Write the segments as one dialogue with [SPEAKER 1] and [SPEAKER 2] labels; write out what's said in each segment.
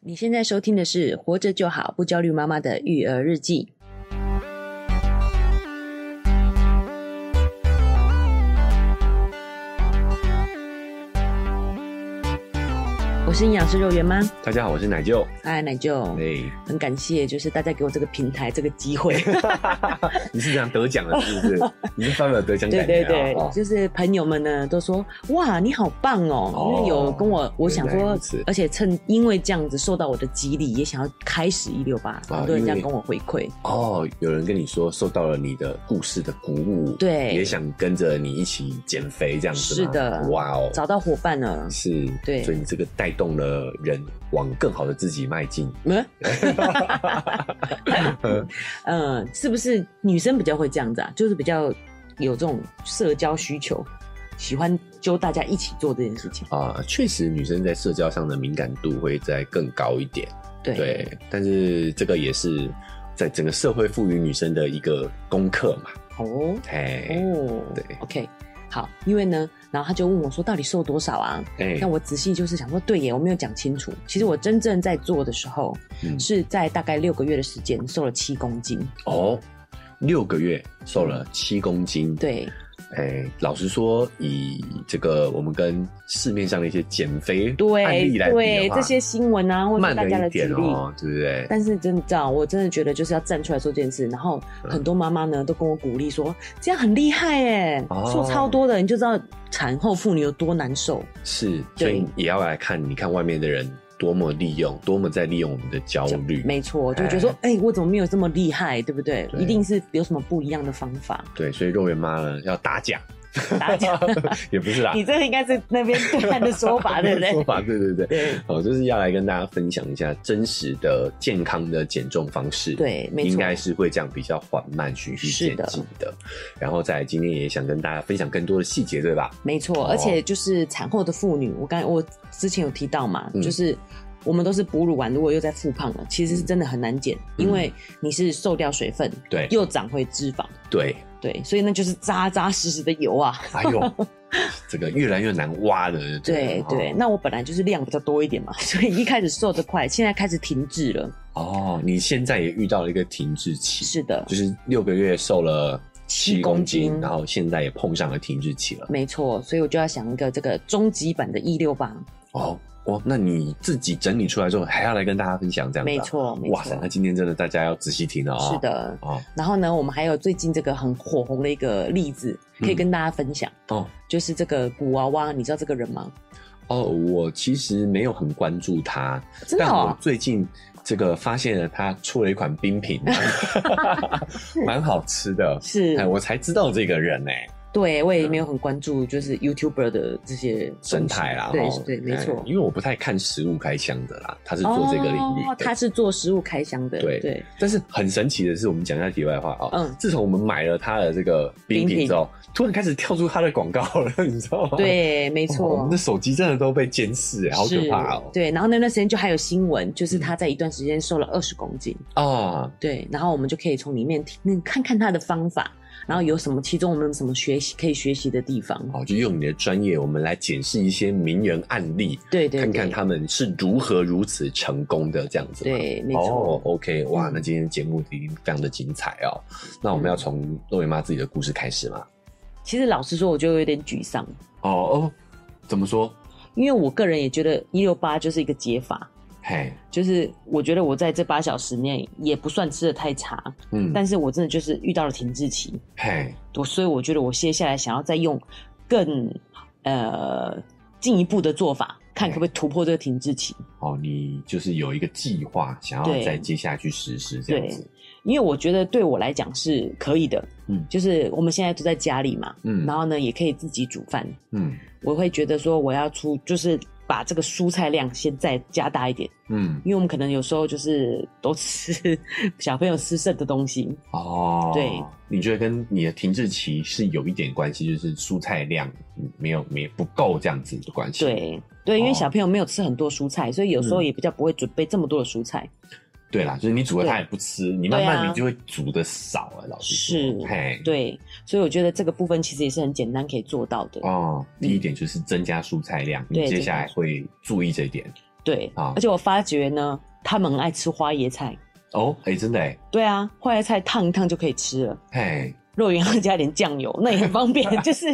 [SPEAKER 1] 你现在收听的是《活着就好，不焦虑妈妈的育儿日记》。我是营养师肉圆妈，
[SPEAKER 2] 大家好，我是奶舅。
[SPEAKER 1] 哎，奶舅，
[SPEAKER 2] 哎，
[SPEAKER 1] 很感谢，就是大家给我这个平台、这个机 会。
[SPEAKER 2] 你是想得奖了是 不是？你是发表得奖
[SPEAKER 1] 对
[SPEAKER 2] 感
[SPEAKER 1] 对
[SPEAKER 2] 言
[SPEAKER 1] 对，
[SPEAKER 2] 啊？哦
[SPEAKER 1] 就是朋友们呢都说哇，你好棒哦！
[SPEAKER 2] 哦
[SPEAKER 1] 因为有跟我，我想
[SPEAKER 2] 原来
[SPEAKER 1] 说
[SPEAKER 2] 如此，
[SPEAKER 1] 而且趁因为这样子受到我的激励，也想要开始一六八，
[SPEAKER 2] 哦
[SPEAKER 1] 很多人
[SPEAKER 2] 因为
[SPEAKER 1] 这样跟我回馈。
[SPEAKER 2] 哦，有人跟你说受到了你的故事的鼓舞，
[SPEAKER 1] 对
[SPEAKER 2] 也想跟着你一起减肥这样子吗
[SPEAKER 1] 是的
[SPEAKER 2] 哇哦，
[SPEAKER 1] 找到伙伴了，
[SPEAKER 2] 是，
[SPEAKER 1] 对
[SPEAKER 2] 所以你这个带动了人往更好的自己迈进。
[SPEAKER 1] 嗯， 嗯，是不是女生比较会这样子啊？就是比较有这种社交需求，喜欢揪大家一起做这件事情。
[SPEAKER 2] 啊，确实，女生在社交上的敏感度会再更高一点，
[SPEAKER 1] 对，
[SPEAKER 2] 对。但是这个也是在整个社会赋予女生的一个功课嘛，
[SPEAKER 1] 哦
[SPEAKER 2] 哎、
[SPEAKER 1] 哦，
[SPEAKER 2] 对
[SPEAKER 1] ，OK，好，因为呢，然后他就问我说，到底瘦多少啊？
[SPEAKER 2] 哎、
[SPEAKER 1] 那我仔细就是想说，对耶，我没有讲清楚。其实我真正在做的时候，
[SPEAKER 2] 嗯
[SPEAKER 1] 是在大概六个月的时间瘦了七公斤。
[SPEAKER 2] 哦，六个月瘦了七公斤。，
[SPEAKER 1] 对，
[SPEAKER 2] 哎、老实说，以这个我们跟市面上的一些减肥
[SPEAKER 1] 对
[SPEAKER 2] 案例来比
[SPEAKER 1] 对
[SPEAKER 2] 的话，
[SPEAKER 1] 这些新闻啊或者
[SPEAKER 2] 慢
[SPEAKER 1] 大家
[SPEAKER 2] 了
[SPEAKER 1] 的
[SPEAKER 2] 一点
[SPEAKER 1] 举例
[SPEAKER 2] 哦，对不对？
[SPEAKER 1] 但是真的这样，我真的觉得就是要站出来做这件事。然后很多妈妈呢都跟我鼓励说，这样很厉害耶，
[SPEAKER 2] 哦
[SPEAKER 1] 瘦超多的，你就知道产后妇女有多难受。
[SPEAKER 2] 是，
[SPEAKER 1] 对
[SPEAKER 2] 所以也要来看，你看外面的人多么利用，多么在利用我们的焦虑。
[SPEAKER 1] 没错，我就觉得说，哎、我怎么没有这么厉害，对不对？
[SPEAKER 2] 对
[SPEAKER 1] 一定是有什么不一样的方法。
[SPEAKER 2] 对，所以肉圆妈呢要打奖，
[SPEAKER 1] 打架，
[SPEAKER 2] 也不是啦，
[SPEAKER 1] 你这个应该是那边对岸的说 法，对不
[SPEAKER 2] 说
[SPEAKER 1] 对？
[SPEAKER 2] 法对对对。
[SPEAKER 1] 对
[SPEAKER 2] 哦，就是要来跟大家分享一下真实的健康的减重方式。。
[SPEAKER 1] 对，没错，
[SPEAKER 2] 应该是会这样比较缓慢、循序
[SPEAKER 1] 是
[SPEAKER 2] 渐
[SPEAKER 1] 的
[SPEAKER 2] 进的。然后再来今天也想跟大家分享更多的细节，对吧？
[SPEAKER 1] 没错，
[SPEAKER 2] 哦
[SPEAKER 1] 而且就是产后的妇女，我刚我之前有提到嘛，
[SPEAKER 2] 嗯
[SPEAKER 1] 就是我们都是哺乳完，如果又在复胖了，其实是真的很难减，
[SPEAKER 2] 嗯
[SPEAKER 1] 因为你是瘦掉水分，
[SPEAKER 2] 对
[SPEAKER 1] 又长回脂肪，
[SPEAKER 2] 对，
[SPEAKER 1] 对，所以那就是扎扎实实的油 啊。
[SPEAKER 2] 哎 呦，这个越来越难挖了。
[SPEAKER 1] 对
[SPEAKER 2] 不哦
[SPEAKER 1] 对，那我本来就是量比较多一点嘛， 所以一开始瘦得快，现在开始停滞了。
[SPEAKER 2] 哦，你现在也遇到了一个停滞期，
[SPEAKER 1] 是的，
[SPEAKER 2] 就是六个月瘦了
[SPEAKER 1] 七
[SPEAKER 2] 七
[SPEAKER 1] 公
[SPEAKER 2] 公
[SPEAKER 1] 斤
[SPEAKER 2] 斤，然后现在也碰上了停滞期了。
[SPEAKER 1] 没错，所以我就要想一个这个终极版的“一六八
[SPEAKER 2] 哦，哦，那你自己整理出来之后，还要来跟大家分享这”。样子、啊？
[SPEAKER 1] 没，错，没
[SPEAKER 2] 哇
[SPEAKER 1] 错
[SPEAKER 2] 塞，，那今天真的大家要仔细听了哦。
[SPEAKER 1] 是，的。
[SPEAKER 2] 哦
[SPEAKER 1] 然后呢，我们还有最近这个很火红的一个例子，可以
[SPEAKER 2] 嗯
[SPEAKER 1] 跟大家分享。
[SPEAKER 2] 哦
[SPEAKER 1] 就是这个古娃娃，你知道这个人吗？
[SPEAKER 2] 哦，我其实没有很关注他，
[SPEAKER 1] 真的
[SPEAKER 2] 但我
[SPEAKER 1] 哦，
[SPEAKER 2] 最近这个发现了他出了一款冰品， 蛮好吃的。
[SPEAKER 1] 是
[SPEAKER 2] 哎，，我才知道这个人呢、
[SPEAKER 1] 对我也没有很关注，就是 YouTuber 的这些
[SPEAKER 2] 嗯生态啦，
[SPEAKER 1] 东西
[SPEAKER 2] 哦
[SPEAKER 1] 对对，没
[SPEAKER 2] 哎
[SPEAKER 1] 错，
[SPEAKER 2] 因为我不太看食物开箱的啦，他是做这个领域
[SPEAKER 1] 哦，
[SPEAKER 2] 的。
[SPEAKER 1] 他是做食物开箱的，
[SPEAKER 2] 对
[SPEAKER 1] 对，
[SPEAKER 2] 但是很神奇的是，我们讲一下题外话啊、
[SPEAKER 1] 嗯
[SPEAKER 2] 自从我们买了他的这个冰
[SPEAKER 1] 冰品
[SPEAKER 2] 品之后，突然开始跳出他的广告了，你知道吗？
[SPEAKER 1] 对，没
[SPEAKER 2] 哦我
[SPEAKER 1] 错
[SPEAKER 2] 们的，手机真的都被监视、哎好可怕哦、嗯
[SPEAKER 1] 对，然后那段时间就还有新闻，就是他在一段时间瘦了二十公斤，
[SPEAKER 2] 啊，
[SPEAKER 1] 对，然后我们就可以从里面听那看看他的方法，然后有什么，其中我们有什么学习可以学习的地方，
[SPEAKER 2] 哦，就用你的专业，我们来检视一些名人案例，
[SPEAKER 1] 对对，
[SPEAKER 2] 看看
[SPEAKER 1] 对，
[SPEAKER 2] 他们是如何如此成功的这样子嘛。
[SPEAKER 1] 对，没
[SPEAKER 2] 哦
[SPEAKER 1] 错，
[SPEAKER 2] ，OK，哇，
[SPEAKER 1] 嗯
[SPEAKER 2] 那今天节目已经非常的精彩哦。那我们要从
[SPEAKER 1] 嗯
[SPEAKER 2] 肉圆妈自己的故事开始吗？
[SPEAKER 1] 其实老实说，我就有点沮丧，
[SPEAKER 2] 哦哦，怎么说？
[SPEAKER 1] 因为我个人也觉得一六八就是一个解法，
[SPEAKER 2] 嘿，
[SPEAKER 1] 就是我觉得我在这八小时内也不算吃的太差，
[SPEAKER 2] 嗯，
[SPEAKER 1] 但是我真的就是遇到了停滞期，
[SPEAKER 2] 嘿，
[SPEAKER 1] 我所以我觉得我接下来想要再用更呃进一步的做法，看可不可以突破这个停滞期。
[SPEAKER 2] 哦，你就是有一个计划，想要
[SPEAKER 1] 对
[SPEAKER 2] 在接下来去实施这样子。
[SPEAKER 1] 因为我觉得对我来讲是可以的，
[SPEAKER 2] 嗯
[SPEAKER 1] 就是我们现在都在家里嘛，
[SPEAKER 2] 嗯
[SPEAKER 1] 然后呢也可以自己煮饭，
[SPEAKER 2] 嗯
[SPEAKER 1] 我会觉得说我要出就是把这个蔬菜量先再加大一点，
[SPEAKER 2] 嗯，
[SPEAKER 1] 因为我们可能有时候就是都吃小朋友吃剩的东西，
[SPEAKER 2] 哦，
[SPEAKER 1] 对，
[SPEAKER 2] 你觉得跟你的停滞期是有一点关系，就是蔬菜量嗯没有没不够这样子的关系。
[SPEAKER 1] 对对，因为
[SPEAKER 2] 哦
[SPEAKER 1] 小朋友没有吃很多蔬菜，所以有时候
[SPEAKER 2] 嗯
[SPEAKER 1] 也比较不会准备这么多的蔬菜。
[SPEAKER 2] 对啦，就是你煮了
[SPEAKER 1] 对
[SPEAKER 2] 它也不吃，
[SPEAKER 1] 对
[SPEAKER 2] 你慢
[SPEAKER 1] 啊
[SPEAKER 2] 慢你就会煮的少了。老师
[SPEAKER 1] 是
[SPEAKER 2] 嘿，
[SPEAKER 1] 对，所以我觉得这个部分其实也是很简
[SPEAKER 2] 哦
[SPEAKER 1] 单可以做到的。
[SPEAKER 2] 哦，第一点就是增加蔬菜量，
[SPEAKER 1] 嗯对
[SPEAKER 2] 你接下来会注意这一点。
[SPEAKER 1] 对，
[SPEAKER 2] 啊
[SPEAKER 1] 而且我发觉呢，他们很爱吃花椰菜。
[SPEAKER 2] 哦，哎、真的哎、
[SPEAKER 1] 对啊，花椰菜烫一烫就可以吃了。
[SPEAKER 2] 嘿，
[SPEAKER 1] 肉圆要 加点酱油，那也很方便，就是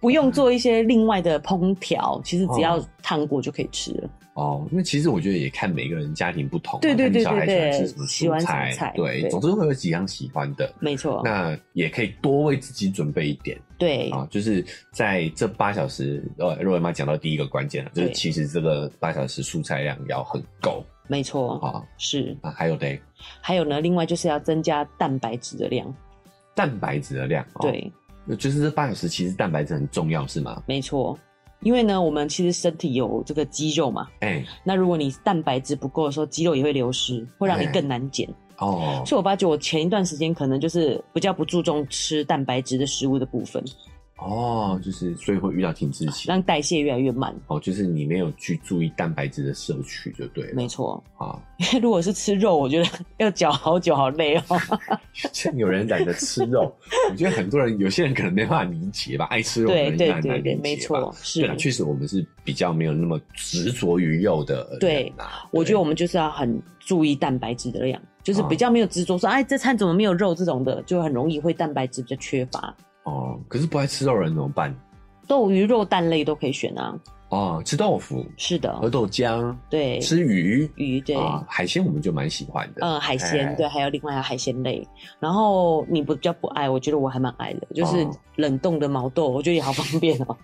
[SPEAKER 1] 不用做一些另外的烹调，其实只要
[SPEAKER 2] 哦
[SPEAKER 1] 烫过就可以吃了。
[SPEAKER 2] 哦，那其实我觉得也看每个人家庭不同嘛，
[SPEAKER 1] 对对
[SPEAKER 2] 看你
[SPEAKER 1] 对
[SPEAKER 2] 小孩
[SPEAKER 1] 对对
[SPEAKER 2] 喜欢吃
[SPEAKER 1] 喜
[SPEAKER 2] 什么
[SPEAKER 1] 欢什么
[SPEAKER 2] 蔬菜，
[SPEAKER 1] 菜
[SPEAKER 2] 对，
[SPEAKER 1] 对
[SPEAKER 2] 总之会有几样喜欢的。
[SPEAKER 1] 没错，
[SPEAKER 2] 那也可以多为自己准备一点
[SPEAKER 1] 对
[SPEAKER 2] 啊，就是在这八小时，呃，若文妈讲到第一个关键了，就是
[SPEAKER 1] 对
[SPEAKER 2] 其实这个八小时蔬菜量要很够
[SPEAKER 1] 没错，
[SPEAKER 2] 啊
[SPEAKER 1] 是。
[SPEAKER 2] 啊，还有嘞，
[SPEAKER 1] 还有呢，另外就是要增加蛋白质的量。
[SPEAKER 2] 哦蛋白质的量，哦，
[SPEAKER 1] 对，
[SPEAKER 2] 就是这八小时其实蛋白质很重要是吗？
[SPEAKER 1] 没错，因为呢，我们其实身体有这个肌肉嘛，
[SPEAKER 2] 哎、
[SPEAKER 1] 那如果你蛋白质不够的时候，肌肉也会流失，会让你
[SPEAKER 2] 哎
[SPEAKER 1] 更难减。
[SPEAKER 2] 哦，
[SPEAKER 1] 所以我发觉我前一段时间可能就是比较不注重吃蛋白质的食物的部分，
[SPEAKER 2] 哦，就是所以会遇到停滞期。
[SPEAKER 1] 让代谢越来越慢。
[SPEAKER 2] 哦，就是你没有去注意蛋白质的摄取就对了
[SPEAKER 1] 没错，
[SPEAKER 2] 啊。
[SPEAKER 1] 因为如果是吃肉，我觉得要嚼好久，好 累哦。
[SPEAKER 2] 像有人懒得吃肉，我觉得很多人有些人可能没办法理解吧，爱吃肉的
[SPEAKER 1] 对
[SPEAKER 2] 人
[SPEAKER 1] 对
[SPEAKER 2] 很
[SPEAKER 1] 对
[SPEAKER 2] 难
[SPEAKER 1] 对，
[SPEAKER 2] 理
[SPEAKER 1] 没
[SPEAKER 2] 解吧。
[SPEAKER 1] 错，
[SPEAKER 2] 对啊啦，
[SPEAKER 1] 是。
[SPEAKER 2] 确实我们是比较没有那么执着于肉的人啊
[SPEAKER 1] 对
[SPEAKER 2] 啦
[SPEAKER 1] 我觉得我们就是要很注意蛋白质的量，就是
[SPEAKER 2] 啊
[SPEAKER 1] 比较没有执着说，哎，这餐怎么没有肉这种的，就很容易会蛋白质比较缺乏。
[SPEAKER 2] 哦，可是不爱吃肉的人怎么办？
[SPEAKER 1] 豆鱼肉蛋类都可以选啊，
[SPEAKER 2] 哦，吃豆腐、
[SPEAKER 1] 是的，
[SPEAKER 2] 喝豆浆、
[SPEAKER 1] 哦对，
[SPEAKER 2] 吃鱼
[SPEAKER 1] 鱼对。
[SPEAKER 2] 啊，海鲜我们就蛮喜欢的。
[SPEAKER 1] 嗯，海鲜
[SPEAKER 2] 哎
[SPEAKER 1] 对，还有另外还有海鲜类。然后你不比较不爱，我觉得我还蛮爱的，就是
[SPEAKER 2] 哦
[SPEAKER 1] 冷冻的毛豆，我觉得也好方便哦。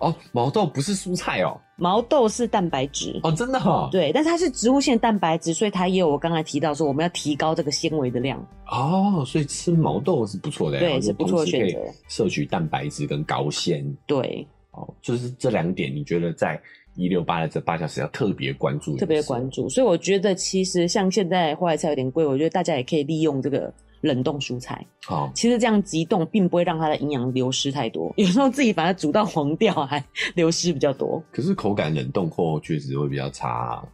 [SPEAKER 2] 哦，毛豆不是蔬菜哦，
[SPEAKER 1] 毛豆是蛋白质，
[SPEAKER 2] 哦，真的哈、哦，
[SPEAKER 1] 对，但是它是植物性蛋白质，所以它也有我刚才提到说我们要提高这个纤维的量。
[SPEAKER 2] 哦，所以吃毛豆是不错的，
[SPEAKER 1] 对
[SPEAKER 2] 然后就是
[SPEAKER 1] 不错的
[SPEAKER 2] 同时可以
[SPEAKER 1] 选择
[SPEAKER 2] 摄取蛋白质跟高纤
[SPEAKER 1] 对，
[SPEAKER 2] 哦，就是这两点，你觉得在一六八的这八小时要特别关注，
[SPEAKER 1] 特别关。注。所以我觉得其实像现在花椰菜有点贵，我觉得大家也可以利用这个冷冻蔬菜。
[SPEAKER 2] 好、哦，
[SPEAKER 1] 其实这样急冻并不会让它的营养流失太多，有时候自己把它煮到黄掉还流失比较多。
[SPEAKER 2] 可是口感冷冻后确实会比较差啊、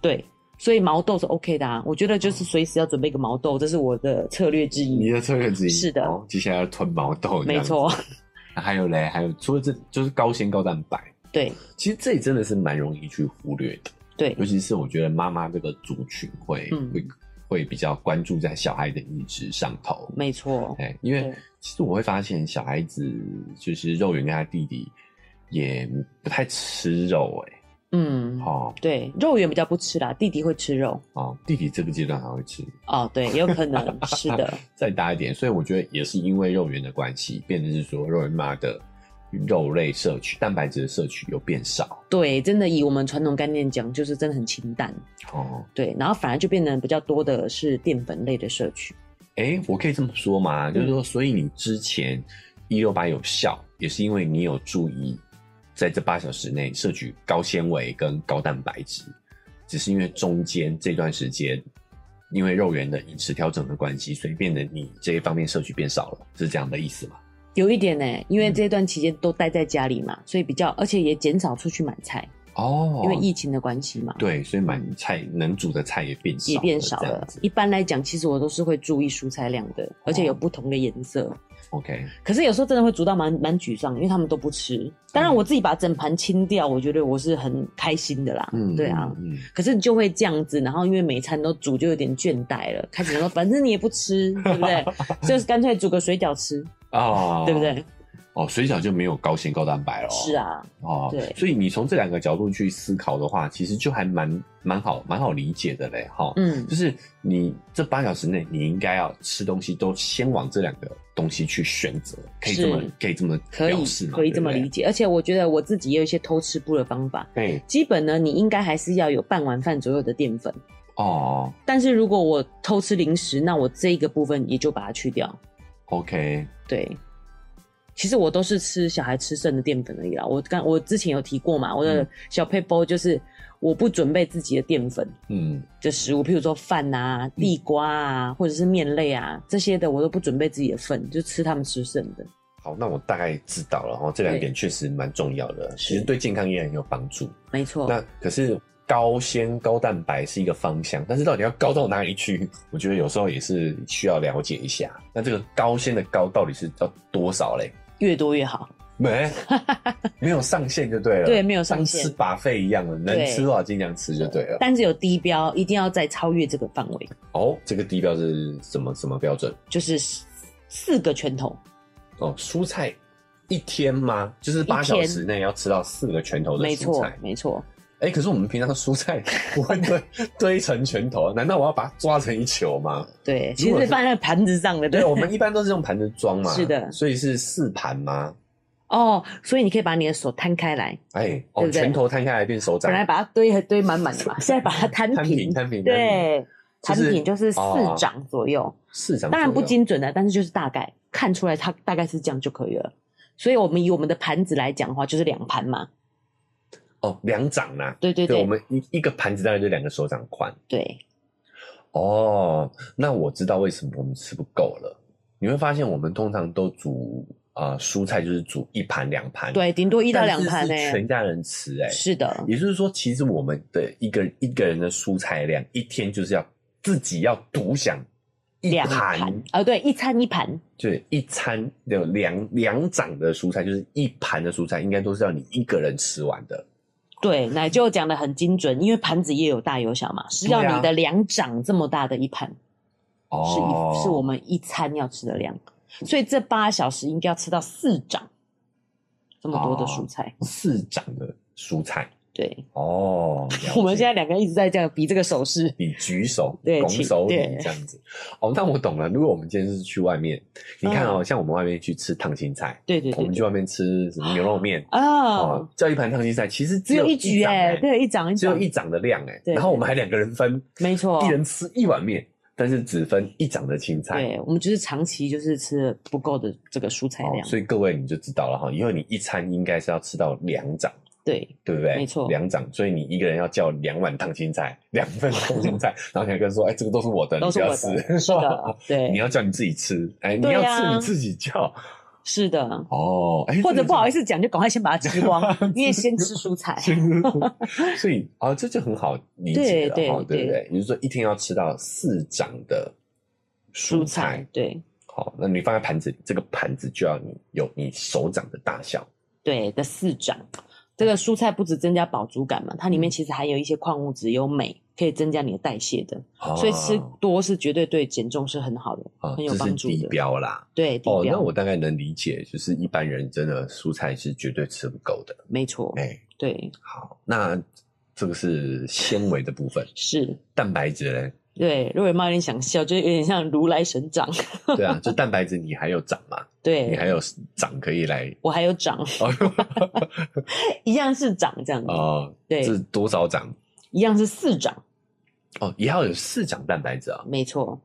[SPEAKER 1] 对。所以毛豆是 OK 的啊，我觉得就是随时要准备一个毛豆，这是我的策略之
[SPEAKER 2] 你
[SPEAKER 1] 一。
[SPEAKER 2] 的策略之一
[SPEAKER 1] 是的
[SPEAKER 2] 哦，接下来要吞毛豆，，
[SPEAKER 1] 没错。
[SPEAKER 2] 那还有嘞，还有除了这就是高纤高蛋白，
[SPEAKER 1] 对
[SPEAKER 2] 其实这里真的是蛮容易去忽略的，
[SPEAKER 1] 对
[SPEAKER 2] 尤其是我觉得妈妈这个族群会、
[SPEAKER 1] 嗯
[SPEAKER 2] 会会比较关注在小孩的饮食上头，
[SPEAKER 1] 没错，
[SPEAKER 2] 哎、因为
[SPEAKER 1] 对
[SPEAKER 2] 其实我会发现小孩子就是肉圆跟他弟弟也不太吃肉、
[SPEAKER 1] 嗯
[SPEAKER 2] 哎，，哦
[SPEAKER 1] 对，肉圆比较不吃啦，弟弟会吃肉。
[SPEAKER 2] 哦，弟弟这个阶段还会吃，
[SPEAKER 1] 哦，对，有可能是的，
[SPEAKER 2] 再大一点，所以我觉得也是因为肉圆的关系，变成是说肉圆妈的肉类摄取、蛋白质的摄取有变少
[SPEAKER 1] 对，真的以我们传统概念讲，就是真的很清淡，
[SPEAKER 2] 哦。
[SPEAKER 1] 对，然后反而就变得比较多的是淀粉类的摄取，
[SPEAKER 2] 哎、我可以这么说吗？就是说，所以你之前一六八有效，也是因为你有注意在这八小时内摄取高纤维跟高蛋白质，只是因为中间这段时间。因为肉圆的饮食调整的关系，所以变得你这一方面摄取变少了，是这样的意思吗？
[SPEAKER 1] 有一点呢、因为这段期间都待在家里嘛，所以比较，而且也减少出去买菜，
[SPEAKER 2] 哦
[SPEAKER 1] 因为疫情的关系嘛，
[SPEAKER 2] 对，所以买菜能煮的菜也变少，
[SPEAKER 1] 也变少
[SPEAKER 2] 这样
[SPEAKER 1] 了
[SPEAKER 2] 子。哦
[SPEAKER 1] 一般来讲，其实我都是会注意蔬菜量的，而且有不同的颜色。
[SPEAKER 2] OK，
[SPEAKER 1] 可是有时候真的会煮到蛮蛮沮丧，因为他们都不吃。当然，我
[SPEAKER 2] 嗯
[SPEAKER 1] 自己把整盘清掉，我觉得我是很开心的啦。
[SPEAKER 2] 嗯，
[SPEAKER 1] 对啊。
[SPEAKER 2] 嗯，嗯
[SPEAKER 1] 可是你就会这样子，然后因为每餐都煮就有点倦怠了，开始想说反正你也不 吃，对不对？就是干脆煮个水饺吃，
[SPEAKER 2] 哦，
[SPEAKER 1] 对不？对？
[SPEAKER 2] 哦，水饺就没有高纤高蛋白了。
[SPEAKER 1] 是，啊，
[SPEAKER 2] 哦，
[SPEAKER 1] 对
[SPEAKER 2] 所以你从这两个角度去思考的话，其实就还蛮蛮好，蛮好理解的嘞，哈、
[SPEAKER 1] 嗯
[SPEAKER 2] 就，是你这八小时内，你应该要吃东西都先往这两个东西去选择，可以
[SPEAKER 1] 是
[SPEAKER 2] 这么可以这么
[SPEAKER 1] 可以
[SPEAKER 2] 表示嘛？
[SPEAKER 1] 可以这么
[SPEAKER 2] 对不
[SPEAKER 1] 理解。而且我觉得我自己也有一些偷吃步的方法。
[SPEAKER 2] 对。哎、
[SPEAKER 1] 基本呢，你应该还是要有半碗饭左右的淀粉。
[SPEAKER 2] 哦
[SPEAKER 1] 但是如果我偷吃零食，那我这一个部分也就把它去掉。
[SPEAKER 2] ，OK，
[SPEAKER 1] 对，其实我都是吃小孩吃剩的淀粉而已啦。我刚我之前有提过嘛，我的
[SPEAKER 2] 嗯
[SPEAKER 1] 小配包就是我不准备自己的淀粉
[SPEAKER 2] 嗯，
[SPEAKER 1] 的食物，譬如说饭啊、地瓜啊，或者是面类啊这些的，我都不准备自己的份，就吃他们吃剩的。
[SPEAKER 2] 好，那我大概知道了哦哈，这两
[SPEAKER 1] 对
[SPEAKER 2] 点确实蛮重要的，
[SPEAKER 1] 是
[SPEAKER 2] 其实对健康也很有帮助。
[SPEAKER 1] 没错，
[SPEAKER 2] 那可是高纤高蛋白是一个方向，但是到底要高到哪里去？ 我觉得有时候也是需要了解一下。那这个高纤的高到底是要多少嘞？
[SPEAKER 1] 越多越好。
[SPEAKER 2] 没没有上限就对了，
[SPEAKER 1] 对没有上限
[SPEAKER 2] 像吃把费一样的，能
[SPEAKER 1] 对
[SPEAKER 2] 吃多少尽量吃就对了。
[SPEAKER 1] 单子有低标，一定要在超越这个范围，
[SPEAKER 2] 哦，这个低标是什么什么标准？
[SPEAKER 1] 就是四四个拳头，
[SPEAKER 2] 哦，蔬菜一天吗？就是八
[SPEAKER 1] 一天
[SPEAKER 2] 小时内要吃到四个拳头的
[SPEAKER 1] 没
[SPEAKER 2] 蔬
[SPEAKER 1] 错
[SPEAKER 2] 菜。
[SPEAKER 1] 没错，
[SPEAKER 2] 哎、可是我们平常的蔬菜不会堆 堆成拳头，啊难道我要把它抓成一球吗？
[SPEAKER 1] 对，
[SPEAKER 2] 如
[SPEAKER 1] 其
[SPEAKER 2] 果
[SPEAKER 1] 实
[SPEAKER 2] 是
[SPEAKER 1] 放在盘子上的，
[SPEAKER 2] 对，我们一般都是用盘子装嘛。
[SPEAKER 1] 是的
[SPEAKER 2] 所以是四盘吗？
[SPEAKER 1] 哦，所以你可以把你的手摊开来，
[SPEAKER 2] 哎、哦，
[SPEAKER 1] 对不对
[SPEAKER 2] 拳头摊下来变手掌
[SPEAKER 1] 本，来把它堆堆满满 的嘛，现在把它摊
[SPEAKER 2] 摊
[SPEAKER 1] 平
[SPEAKER 2] 平，摊平，摊平，
[SPEAKER 1] 对，
[SPEAKER 2] 就
[SPEAKER 1] 摊
[SPEAKER 2] 是
[SPEAKER 1] 平就是四
[SPEAKER 2] 哦
[SPEAKER 1] 掌左右，
[SPEAKER 2] 市场
[SPEAKER 1] 当然不精准的，但是就是大概看出来它大概是这样就可以了。所以我们以我们的盘子来讲的话，就是两盘嘛，
[SPEAKER 2] 哦，两掌啦、
[SPEAKER 1] 对对
[SPEAKER 2] 对，我
[SPEAKER 1] 对
[SPEAKER 2] 们一一个盘子大概就两个手掌宽。
[SPEAKER 1] 对，
[SPEAKER 2] 哦，那我知道为什么我们吃不够了。你会发现，我们通常都煮啊、呃蔬菜就是煮一盘两盘，，
[SPEAKER 1] 对，顶多一到两盘欸呢、
[SPEAKER 2] 全家人吃哎、
[SPEAKER 1] 是的，
[SPEAKER 2] 也就是说，其实我们的一个一个人的蔬菜量，一天就是要自己要独享一
[SPEAKER 1] 两
[SPEAKER 2] 盘，
[SPEAKER 1] 盘啊，对，一餐一盘，
[SPEAKER 2] 就是一餐有两两掌的蔬菜，就是一盘的蔬菜，应该都是要你一个人吃完的。
[SPEAKER 1] 对，奶就讲的很精准，因为盘子也有大有小嘛，是要
[SPEAKER 2] 对啊
[SPEAKER 1] 你的两掌这么大的一盘，
[SPEAKER 2] 哦
[SPEAKER 1] 是一是我们一餐要吃的量，所以这八小时应该要吃到四掌这么多的蔬菜，
[SPEAKER 2] 四掌的蔬菜
[SPEAKER 1] 对，。
[SPEAKER 2] 哦
[SPEAKER 1] 我们
[SPEAKER 2] 了解
[SPEAKER 1] 现在两个一直在这样比这个手势，
[SPEAKER 2] 你举手，
[SPEAKER 1] 对
[SPEAKER 2] 拱
[SPEAKER 1] 请
[SPEAKER 2] 手礼
[SPEAKER 1] 对
[SPEAKER 2] 这样子。哦，那我懂了。如果我们今天是去外面，你看哦，像我们外面去吃烫青菜，
[SPEAKER 1] 嗯对对
[SPEAKER 2] 我
[SPEAKER 1] 对
[SPEAKER 2] 们去
[SPEAKER 1] 对，
[SPEAKER 2] 外面吃什么牛肉面
[SPEAKER 1] 啊
[SPEAKER 2] 哦，，叫一盘烫青菜，其实
[SPEAKER 1] 只有
[SPEAKER 2] 一
[SPEAKER 1] 一局
[SPEAKER 2] 掌
[SPEAKER 1] 哎、
[SPEAKER 2] 欸
[SPEAKER 1] 对，一掌一
[SPEAKER 2] 只有
[SPEAKER 1] 掌，
[SPEAKER 2] 一掌的量哎，
[SPEAKER 1] 对哦
[SPEAKER 2] 然后我们还两个人分，
[SPEAKER 1] 没错
[SPEAKER 2] 一，人吃一碗面，但是只分一掌的青菜。
[SPEAKER 1] 对我们就是长期就是吃了不够的这个蔬菜
[SPEAKER 2] 哦
[SPEAKER 1] 量，
[SPEAKER 2] 所以各位你就知道了哈，以后你一餐应该是要吃到两掌，
[SPEAKER 1] 对
[SPEAKER 2] 对不对？
[SPEAKER 1] 没错
[SPEAKER 2] 两掌，所以你一个人要叫两碗烫青菜，两份烫青菜，然后你还跟他说，哎，这个都是我的，
[SPEAKER 1] 都是
[SPEAKER 2] 你
[SPEAKER 1] 我
[SPEAKER 2] 不要
[SPEAKER 1] 的
[SPEAKER 2] 吃，
[SPEAKER 1] 是 的，
[SPEAKER 2] 你
[SPEAKER 1] 对，
[SPEAKER 2] 要叫你自己吃，哎、你
[SPEAKER 1] 对
[SPEAKER 2] 要
[SPEAKER 1] 呀
[SPEAKER 2] 吃你自己叫
[SPEAKER 1] 是的。
[SPEAKER 2] 哦，哎、
[SPEAKER 1] 或者不好意
[SPEAKER 2] 意
[SPEAKER 1] 思讲，就赶快先把它吃 光，因为先吃蔬菜。
[SPEAKER 2] 思，所以啊、这就很好理解了
[SPEAKER 1] 对
[SPEAKER 2] 哈，
[SPEAKER 1] 对
[SPEAKER 2] 对不对？也就是说，一天要吃到四掌的蔬
[SPEAKER 1] 蔬菜，对
[SPEAKER 2] 好，那你放在盘子里，这个盘子就要你有你手掌的大小，
[SPEAKER 1] 对的四掌。这个蔬菜不止增加饱足感嘛，它
[SPEAKER 2] 嗯
[SPEAKER 1] 里面其实含有一些矿物质，有镁，可以增加你的代谢的，
[SPEAKER 2] 哦
[SPEAKER 1] 所以吃多是绝对对减重是很好的，
[SPEAKER 2] 啊，
[SPEAKER 1] 很有
[SPEAKER 2] 这是
[SPEAKER 1] 帮助
[SPEAKER 2] 低
[SPEAKER 1] 的。
[SPEAKER 2] 标啦。
[SPEAKER 1] 对，地
[SPEAKER 2] 哦，那
[SPEAKER 1] 标，
[SPEAKER 2] 我大概能理解，就是一般人真的蔬菜是绝对吃不够的。
[SPEAKER 1] 没错，
[SPEAKER 2] 哎、
[SPEAKER 1] 对，
[SPEAKER 2] 好，那这个是纤维的部分，
[SPEAKER 1] 是，
[SPEAKER 2] 蛋白质嘞，
[SPEAKER 1] 对。如果有妈有点想笑，就有点像如来神掌，
[SPEAKER 2] 对啊，就蛋白质你还有长嘛，你
[SPEAKER 1] 对
[SPEAKER 2] 还有长可以来
[SPEAKER 1] 我还有掌，
[SPEAKER 2] 哦
[SPEAKER 1] 一样是掌这样子，
[SPEAKER 2] 哦，
[SPEAKER 1] 对
[SPEAKER 2] 这，多少长？
[SPEAKER 1] 一样是四掌，
[SPEAKER 2] 哦，也要有四长蛋白质啊。
[SPEAKER 1] 没错，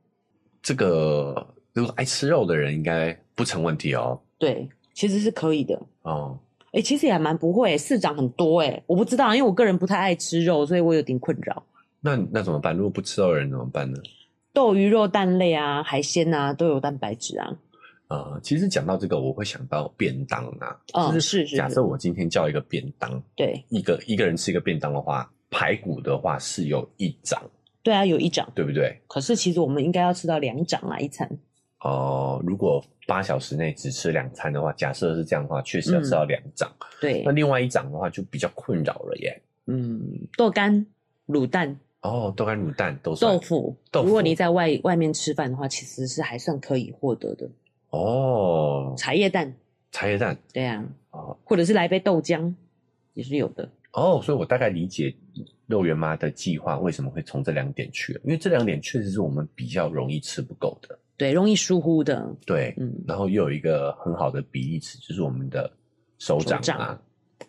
[SPEAKER 2] 这个如果爱吃肉的人应该不成问题哦。
[SPEAKER 1] 对，其实是可以的。
[SPEAKER 2] 哦，
[SPEAKER 1] 哎、其实也蛮不会、市长很多哎、我不知道，因为我个人不太爱吃肉，所以我有点困扰。
[SPEAKER 2] 那那怎么办？如果不吃肉的人怎么办呢？
[SPEAKER 1] 豆鱼肉蛋类啊，海鲜啊，都有蛋白质啊。
[SPEAKER 2] 呃，其实讲到这个，我会想到便当啊，
[SPEAKER 1] 嗯
[SPEAKER 2] 就是
[SPEAKER 1] 是是
[SPEAKER 2] 假
[SPEAKER 1] 是
[SPEAKER 2] 设我今天叫一个便当，
[SPEAKER 1] 对
[SPEAKER 2] 一个一个人吃一个便当的话，排骨的话是有一掌，
[SPEAKER 1] 对啊，有一掌，
[SPEAKER 2] 对不对？
[SPEAKER 1] 可是其实我们应该要吃到两掌啊，一餐。
[SPEAKER 2] 哦，如果八小时内只吃两餐的话，假设是这样的话，确实要吃到
[SPEAKER 1] 嗯
[SPEAKER 2] 两掌。
[SPEAKER 1] 对
[SPEAKER 2] 那，另外一掌的话就比较困扰了耶。
[SPEAKER 1] 嗯，豆干、卤蛋、
[SPEAKER 2] 哦，豆干卤蛋都算
[SPEAKER 1] 豆腐。
[SPEAKER 2] 豆腐
[SPEAKER 1] 如果你在外外面吃饭的话，其实是还算可以获得的。
[SPEAKER 2] 哦，
[SPEAKER 1] 茶叶蛋，
[SPEAKER 2] 茶叶蛋
[SPEAKER 1] 对啊，
[SPEAKER 2] 哦
[SPEAKER 1] 或者是来杯豆浆，也是有的。
[SPEAKER 2] 哦，所以我大概理解肉圆妈的计划为什么会从这两点去了，因为这两点确实是我们比较容易吃不够的。
[SPEAKER 1] 对，容易疏忽的。
[SPEAKER 2] 对，
[SPEAKER 1] 嗯，
[SPEAKER 2] 然后又有一个很好的比例尺，就是我们的手掌
[SPEAKER 1] 手
[SPEAKER 2] 啊
[SPEAKER 1] 掌。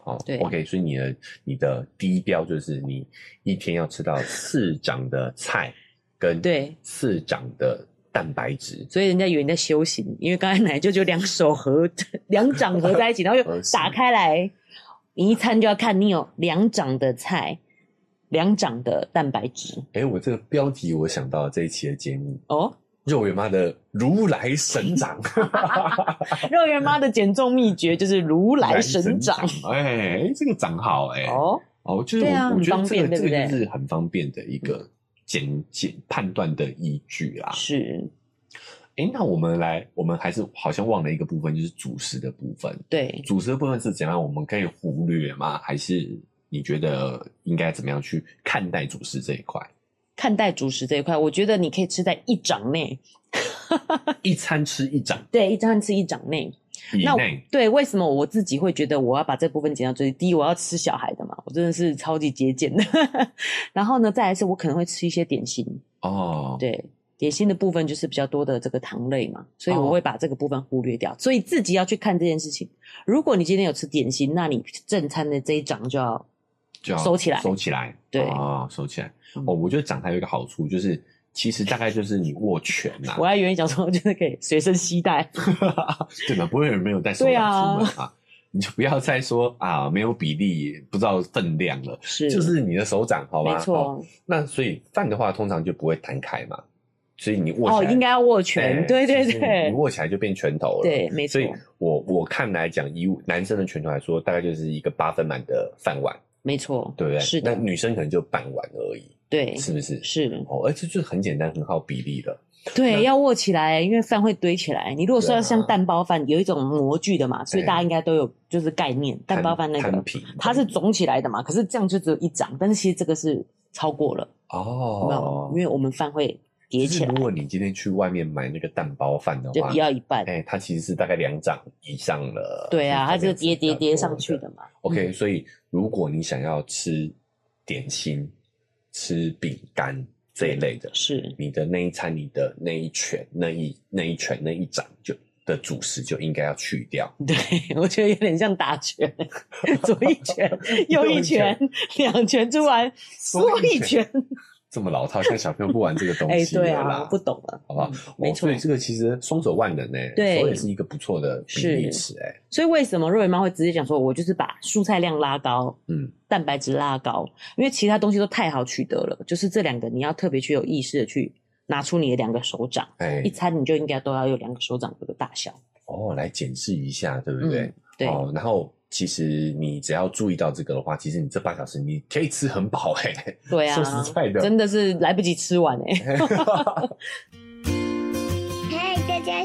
[SPEAKER 2] 好、
[SPEAKER 1] 对
[SPEAKER 2] o k 所以你的你的低标就是你一天要吃到四掌的菜跟
[SPEAKER 1] 对。
[SPEAKER 2] 四掌的蛋白质，
[SPEAKER 1] 所以人家以为你在修行，因为刚才奶舅就两手合、 两掌合在一起，然后
[SPEAKER 2] 合
[SPEAKER 1] 就
[SPEAKER 2] 十
[SPEAKER 1] 打开来，你一餐就要看你有两掌的菜，两掌的蛋白质
[SPEAKER 2] 哎，我这个标题我想到这一期的节目
[SPEAKER 1] 哦。
[SPEAKER 2] 《肉圆妈的如来神掌》，
[SPEAKER 1] 肉圆妈的减重秘诀就是如 来神掌
[SPEAKER 2] 如来神掌，哎，哎这个掌好哎，
[SPEAKER 1] 哦，
[SPEAKER 2] 哦，就是
[SPEAKER 1] 对
[SPEAKER 2] 我、
[SPEAKER 1] 啊
[SPEAKER 2] 我觉得
[SPEAKER 1] 很方
[SPEAKER 2] 这个
[SPEAKER 1] 便对不
[SPEAKER 2] 这个
[SPEAKER 1] 对
[SPEAKER 2] 就是很方便的一个简简判断的依据啦。
[SPEAKER 1] 是，
[SPEAKER 2] 哎、哎、那我们来，我们还是好像忘了一个部分，就是主食的部分。
[SPEAKER 1] 对，
[SPEAKER 2] 主食的部分是怎样？我们可以忽略吗？还是你觉得应该怎么样去看待主食这一块？
[SPEAKER 1] 看待主食这一块，我觉得你可以吃在一掌内，
[SPEAKER 2] 一餐吃一掌
[SPEAKER 1] 对，一餐吃一掌内。
[SPEAKER 2] 以
[SPEAKER 1] 那我
[SPEAKER 2] 内，
[SPEAKER 1] 对，为什么我自己会觉得我要把这部分减到最低？第一，我要吃小孩的嘛，我真的是超级节俭的。 然后呢，再来是我可能会吃一些点心，
[SPEAKER 2] 哦，
[SPEAKER 1] 对，点心的部分就是比较多的这个糖类嘛，所以
[SPEAKER 2] 哦
[SPEAKER 1] 我会把这个部分忽略掉。所以自己要去看这件事情。如果你今天有吃点心，那你正餐的这一掌就要
[SPEAKER 2] 就要
[SPEAKER 1] 收起来
[SPEAKER 2] 收起来，
[SPEAKER 1] 对
[SPEAKER 2] 哦，收起来。
[SPEAKER 1] 嗯
[SPEAKER 2] 哦，我觉得掌台有一个好处，就是其实大概就是你握拳呐、
[SPEAKER 1] 我还原讲说，就是可以随身携带。
[SPEAKER 2] 对吧？不会有人没有带手
[SPEAKER 1] 对
[SPEAKER 2] 掌
[SPEAKER 1] 啊
[SPEAKER 2] 出门啊。你就不要再说啊，没有比例，不知道分量了，
[SPEAKER 1] 是
[SPEAKER 2] 就是你的手掌，好吗？
[SPEAKER 1] 没
[SPEAKER 2] 哦
[SPEAKER 1] 错，
[SPEAKER 2] 那所以饭的话，通常就不会摊开嘛，所以你握
[SPEAKER 1] 哦，
[SPEAKER 2] 起来
[SPEAKER 1] 应该要握
[SPEAKER 2] 哎
[SPEAKER 1] 拳，对对
[SPEAKER 2] 就是你
[SPEAKER 1] 对，
[SPEAKER 2] 握起来就变拳头了。
[SPEAKER 1] 对没错
[SPEAKER 2] 所以我我看来讲，以男生的拳头来说，大概就是一个八分满的饭碗，
[SPEAKER 1] 没错，
[SPEAKER 2] 对不对？
[SPEAKER 1] 是
[SPEAKER 2] 那
[SPEAKER 1] 的，
[SPEAKER 2] 女生可能就半碗而已，
[SPEAKER 1] 对，
[SPEAKER 2] 是不是？
[SPEAKER 1] 是，
[SPEAKER 2] 哦，而且就是很简单，很好比例的。那
[SPEAKER 1] 对，要握起来，因为饭会堆起来。你如果说
[SPEAKER 2] 对啊
[SPEAKER 1] 要像蛋包饭，有一种模具的嘛，所以
[SPEAKER 2] 哎
[SPEAKER 1] 大家应该都有就是概念。蛋包饭那
[SPEAKER 2] 摊
[SPEAKER 1] 个
[SPEAKER 2] 平，
[SPEAKER 1] 它是肿起来的嘛，可是这样就只有一掌，但是其实这个是超过了，有没有
[SPEAKER 2] 哦，
[SPEAKER 1] 因为我们饭会叠
[SPEAKER 2] 就是
[SPEAKER 1] 起来
[SPEAKER 2] 如，果你今天去外面买那个蛋包饭的
[SPEAKER 1] 就
[SPEAKER 2] 话，
[SPEAKER 1] 要一半。
[SPEAKER 2] 哎，它其实是大概两掌以上了。
[SPEAKER 1] 对啊，它
[SPEAKER 2] 这
[SPEAKER 1] 就
[SPEAKER 2] 样
[SPEAKER 1] 是
[SPEAKER 2] 子
[SPEAKER 1] 叠叠
[SPEAKER 2] 比较
[SPEAKER 1] 叠
[SPEAKER 2] 多
[SPEAKER 1] 上去的嘛。
[SPEAKER 2] OK，
[SPEAKER 1] 嗯
[SPEAKER 2] 所以如果你想要吃点心、吃饼干这一类的，
[SPEAKER 1] 是
[SPEAKER 2] 你的那一餐、你的那一拳、那一那一拳、那一掌就的主食就应该要去掉。
[SPEAKER 1] 对， 我觉得有点像打拳，左一拳， 右
[SPEAKER 2] 右一
[SPEAKER 1] 一拳，两拳出完，
[SPEAKER 2] 多
[SPEAKER 1] 缩
[SPEAKER 2] 一
[SPEAKER 1] 一
[SPEAKER 2] 拳
[SPEAKER 1] 拳。
[SPEAKER 2] 这么老套，像小朋友不玩这个 东
[SPEAKER 1] 哎，
[SPEAKER 2] 西了
[SPEAKER 1] 对
[SPEAKER 2] 啦，
[SPEAKER 1] 啊，不懂了，
[SPEAKER 2] 好不好
[SPEAKER 1] 嗯？
[SPEAKER 2] 哦
[SPEAKER 1] 没错
[SPEAKER 2] 所以。这个其实双手万能呢、欸，
[SPEAKER 1] 对
[SPEAKER 2] 手也是一个不错的比例尺哎、
[SPEAKER 1] 所以为什么肉圆妈会直接讲说，我就是把蔬菜量拉高，
[SPEAKER 2] 嗯，
[SPEAKER 1] 蛋白质拉高，因为其他东西都太好取得了，就是这两个你要特别去有意识的去拿出你的两个手掌，
[SPEAKER 2] 哎、
[SPEAKER 1] 一餐你就应该都要有两个手掌这个大小，
[SPEAKER 2] 哦，来检视一下，对不对？
[SPEAKER 1] 嗯对，
[SPEAKER 2] 哦，然后其实你只要注意到这个的话，其实你这半小时你可以吃很饱哎、
[SPEAKER 1] 对啊，
[SPEAKER 2] 说实在的
[SPEAKER 1] 真的是来不及吃完哎、
[SPEAKER 3] 嗨，大家